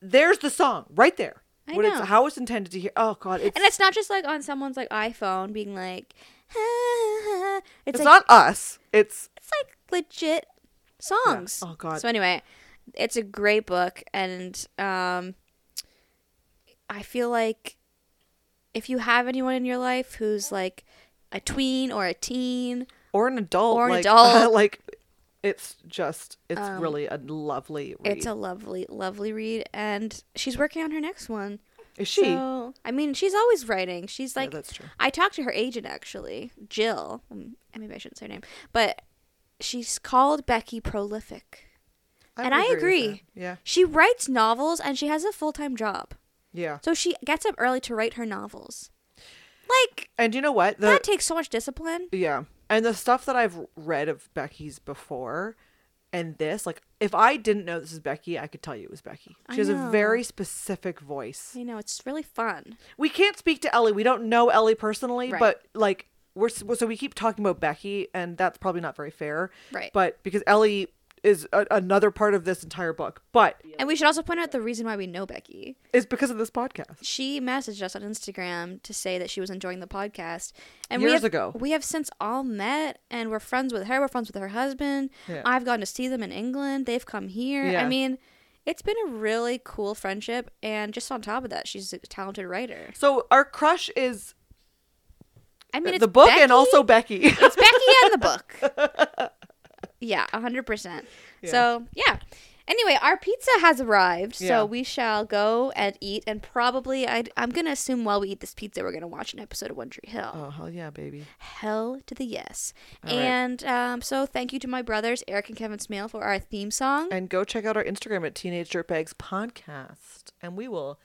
Speaker 1: there's the song right there.
Speaker 2: I
Speaker 1: what
Speaker 2: know.
Speaker 1: it's how it's intended to hear. Oh god, it's,
Speaker 2: And it's not just like on someone's like iPhone being like,
Speaker 1: it's
Speaker 2: it's like,
Speaker 1: not us. It's
Speaker 2: it's like legit songs.
Speaker 1: Oh, God.
Speaker 2: So anyway, it's a great book, and um, I feel like if you have anyone in your life who's like a tween or a teen,
Speaker 1: or an adult
Speaker 2: Or an
Speaker 1: like,
Speaker 2: adult. Um,
Speaker 1: like It's just, it's really a lovely read.
Speaker 2: It's a lovely, lovely read, and she's working on her next one.
Speaker 1: Is she?
Speaker 2: So, I mean, she's always writing. She's like,
Speaker 1: that's true.
Speaker 2: I talked to her agent actually, Jill. Um, maybe I shouldn't say her name, but she's called Becky prolific, and I
Speaker 1: would with
Speaker 2: agree.
Speaker 1: that. Yeah.
Speaker 2: She writes novels, and she has a full time job,
Speaker 1: Yeah.
Speaker 2: so she gets up early to write her novels. Like
Speaker 1: And you know what? The,
Speaker 2: that takes so much discipline.
Speaker 1: Yeah. And the stuff that I've read of Becky's before and this, like, if I didn't know this is Becky, I could tell you it was Becky.
Speaker 2: I
Speaker 1: She has a
Speaker 2: know.
Speaker 1: very specific voice.
Speaker 2: You know, it's really fun.
Speaker 1: We can't speak to Ellie. We don't know Ellie personally,
Speaker 2: Right.
Speaker 1: but like, we're s- so we keep talking about Becky, and that's probably not very fair.
Speaker 2: Right.
Speaker 1: But because Ellie is a- another part of this entire book, but
Speaker 2: And we should also point out the reason why we know Becky.
Speaker 1: it's because of this podcast.
Speaker 2: She messaged us on Instagram to say that she was enjoying the podcast. And we
Speaker 1: Years
Speaker 2: have,
Speaker 1: ago.
Speaker 2: we have since all met, and we're friends with her. We're friends with her husband.
Speaker 1: Yeah.
Speaker 2: I've gone to see them in England. They've come here. I
Speaker 1: Yeah.
Speaker 2: mean, it's been a really cool friendship. And just on top of that, she's a talented writer.
Speaker 1: So our crush is
Speaker 2: I mean, it's
Speaker 1: the book and
Speaker 2: Becky-
Speaker 1: also Becky.
Speaker 2: it's Becky and the book. Yeah, hundred percent. So yeah. Anyway, our pizza has arrived,
Speaker 1: Yeah.
Speaker 2: so we shall go and eat, and probably i I'm gonna assume while we eat this pizza, we're gonna watch an episode of One Tree Hill.
Speaker 1: oh hell yeah, baby!
Speaker 2: Hell to the yes!
Speaker 1: right.
Speaker 2: and um, so thank you to my brothers Eric and Kevin Smale for our theme song.
Speaker 1: And go check out our Instagram at Teenage Dirtbags Podcast. And we will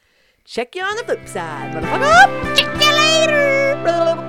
Speaker 1: check you on the flip side. Motherfucker! Check you later!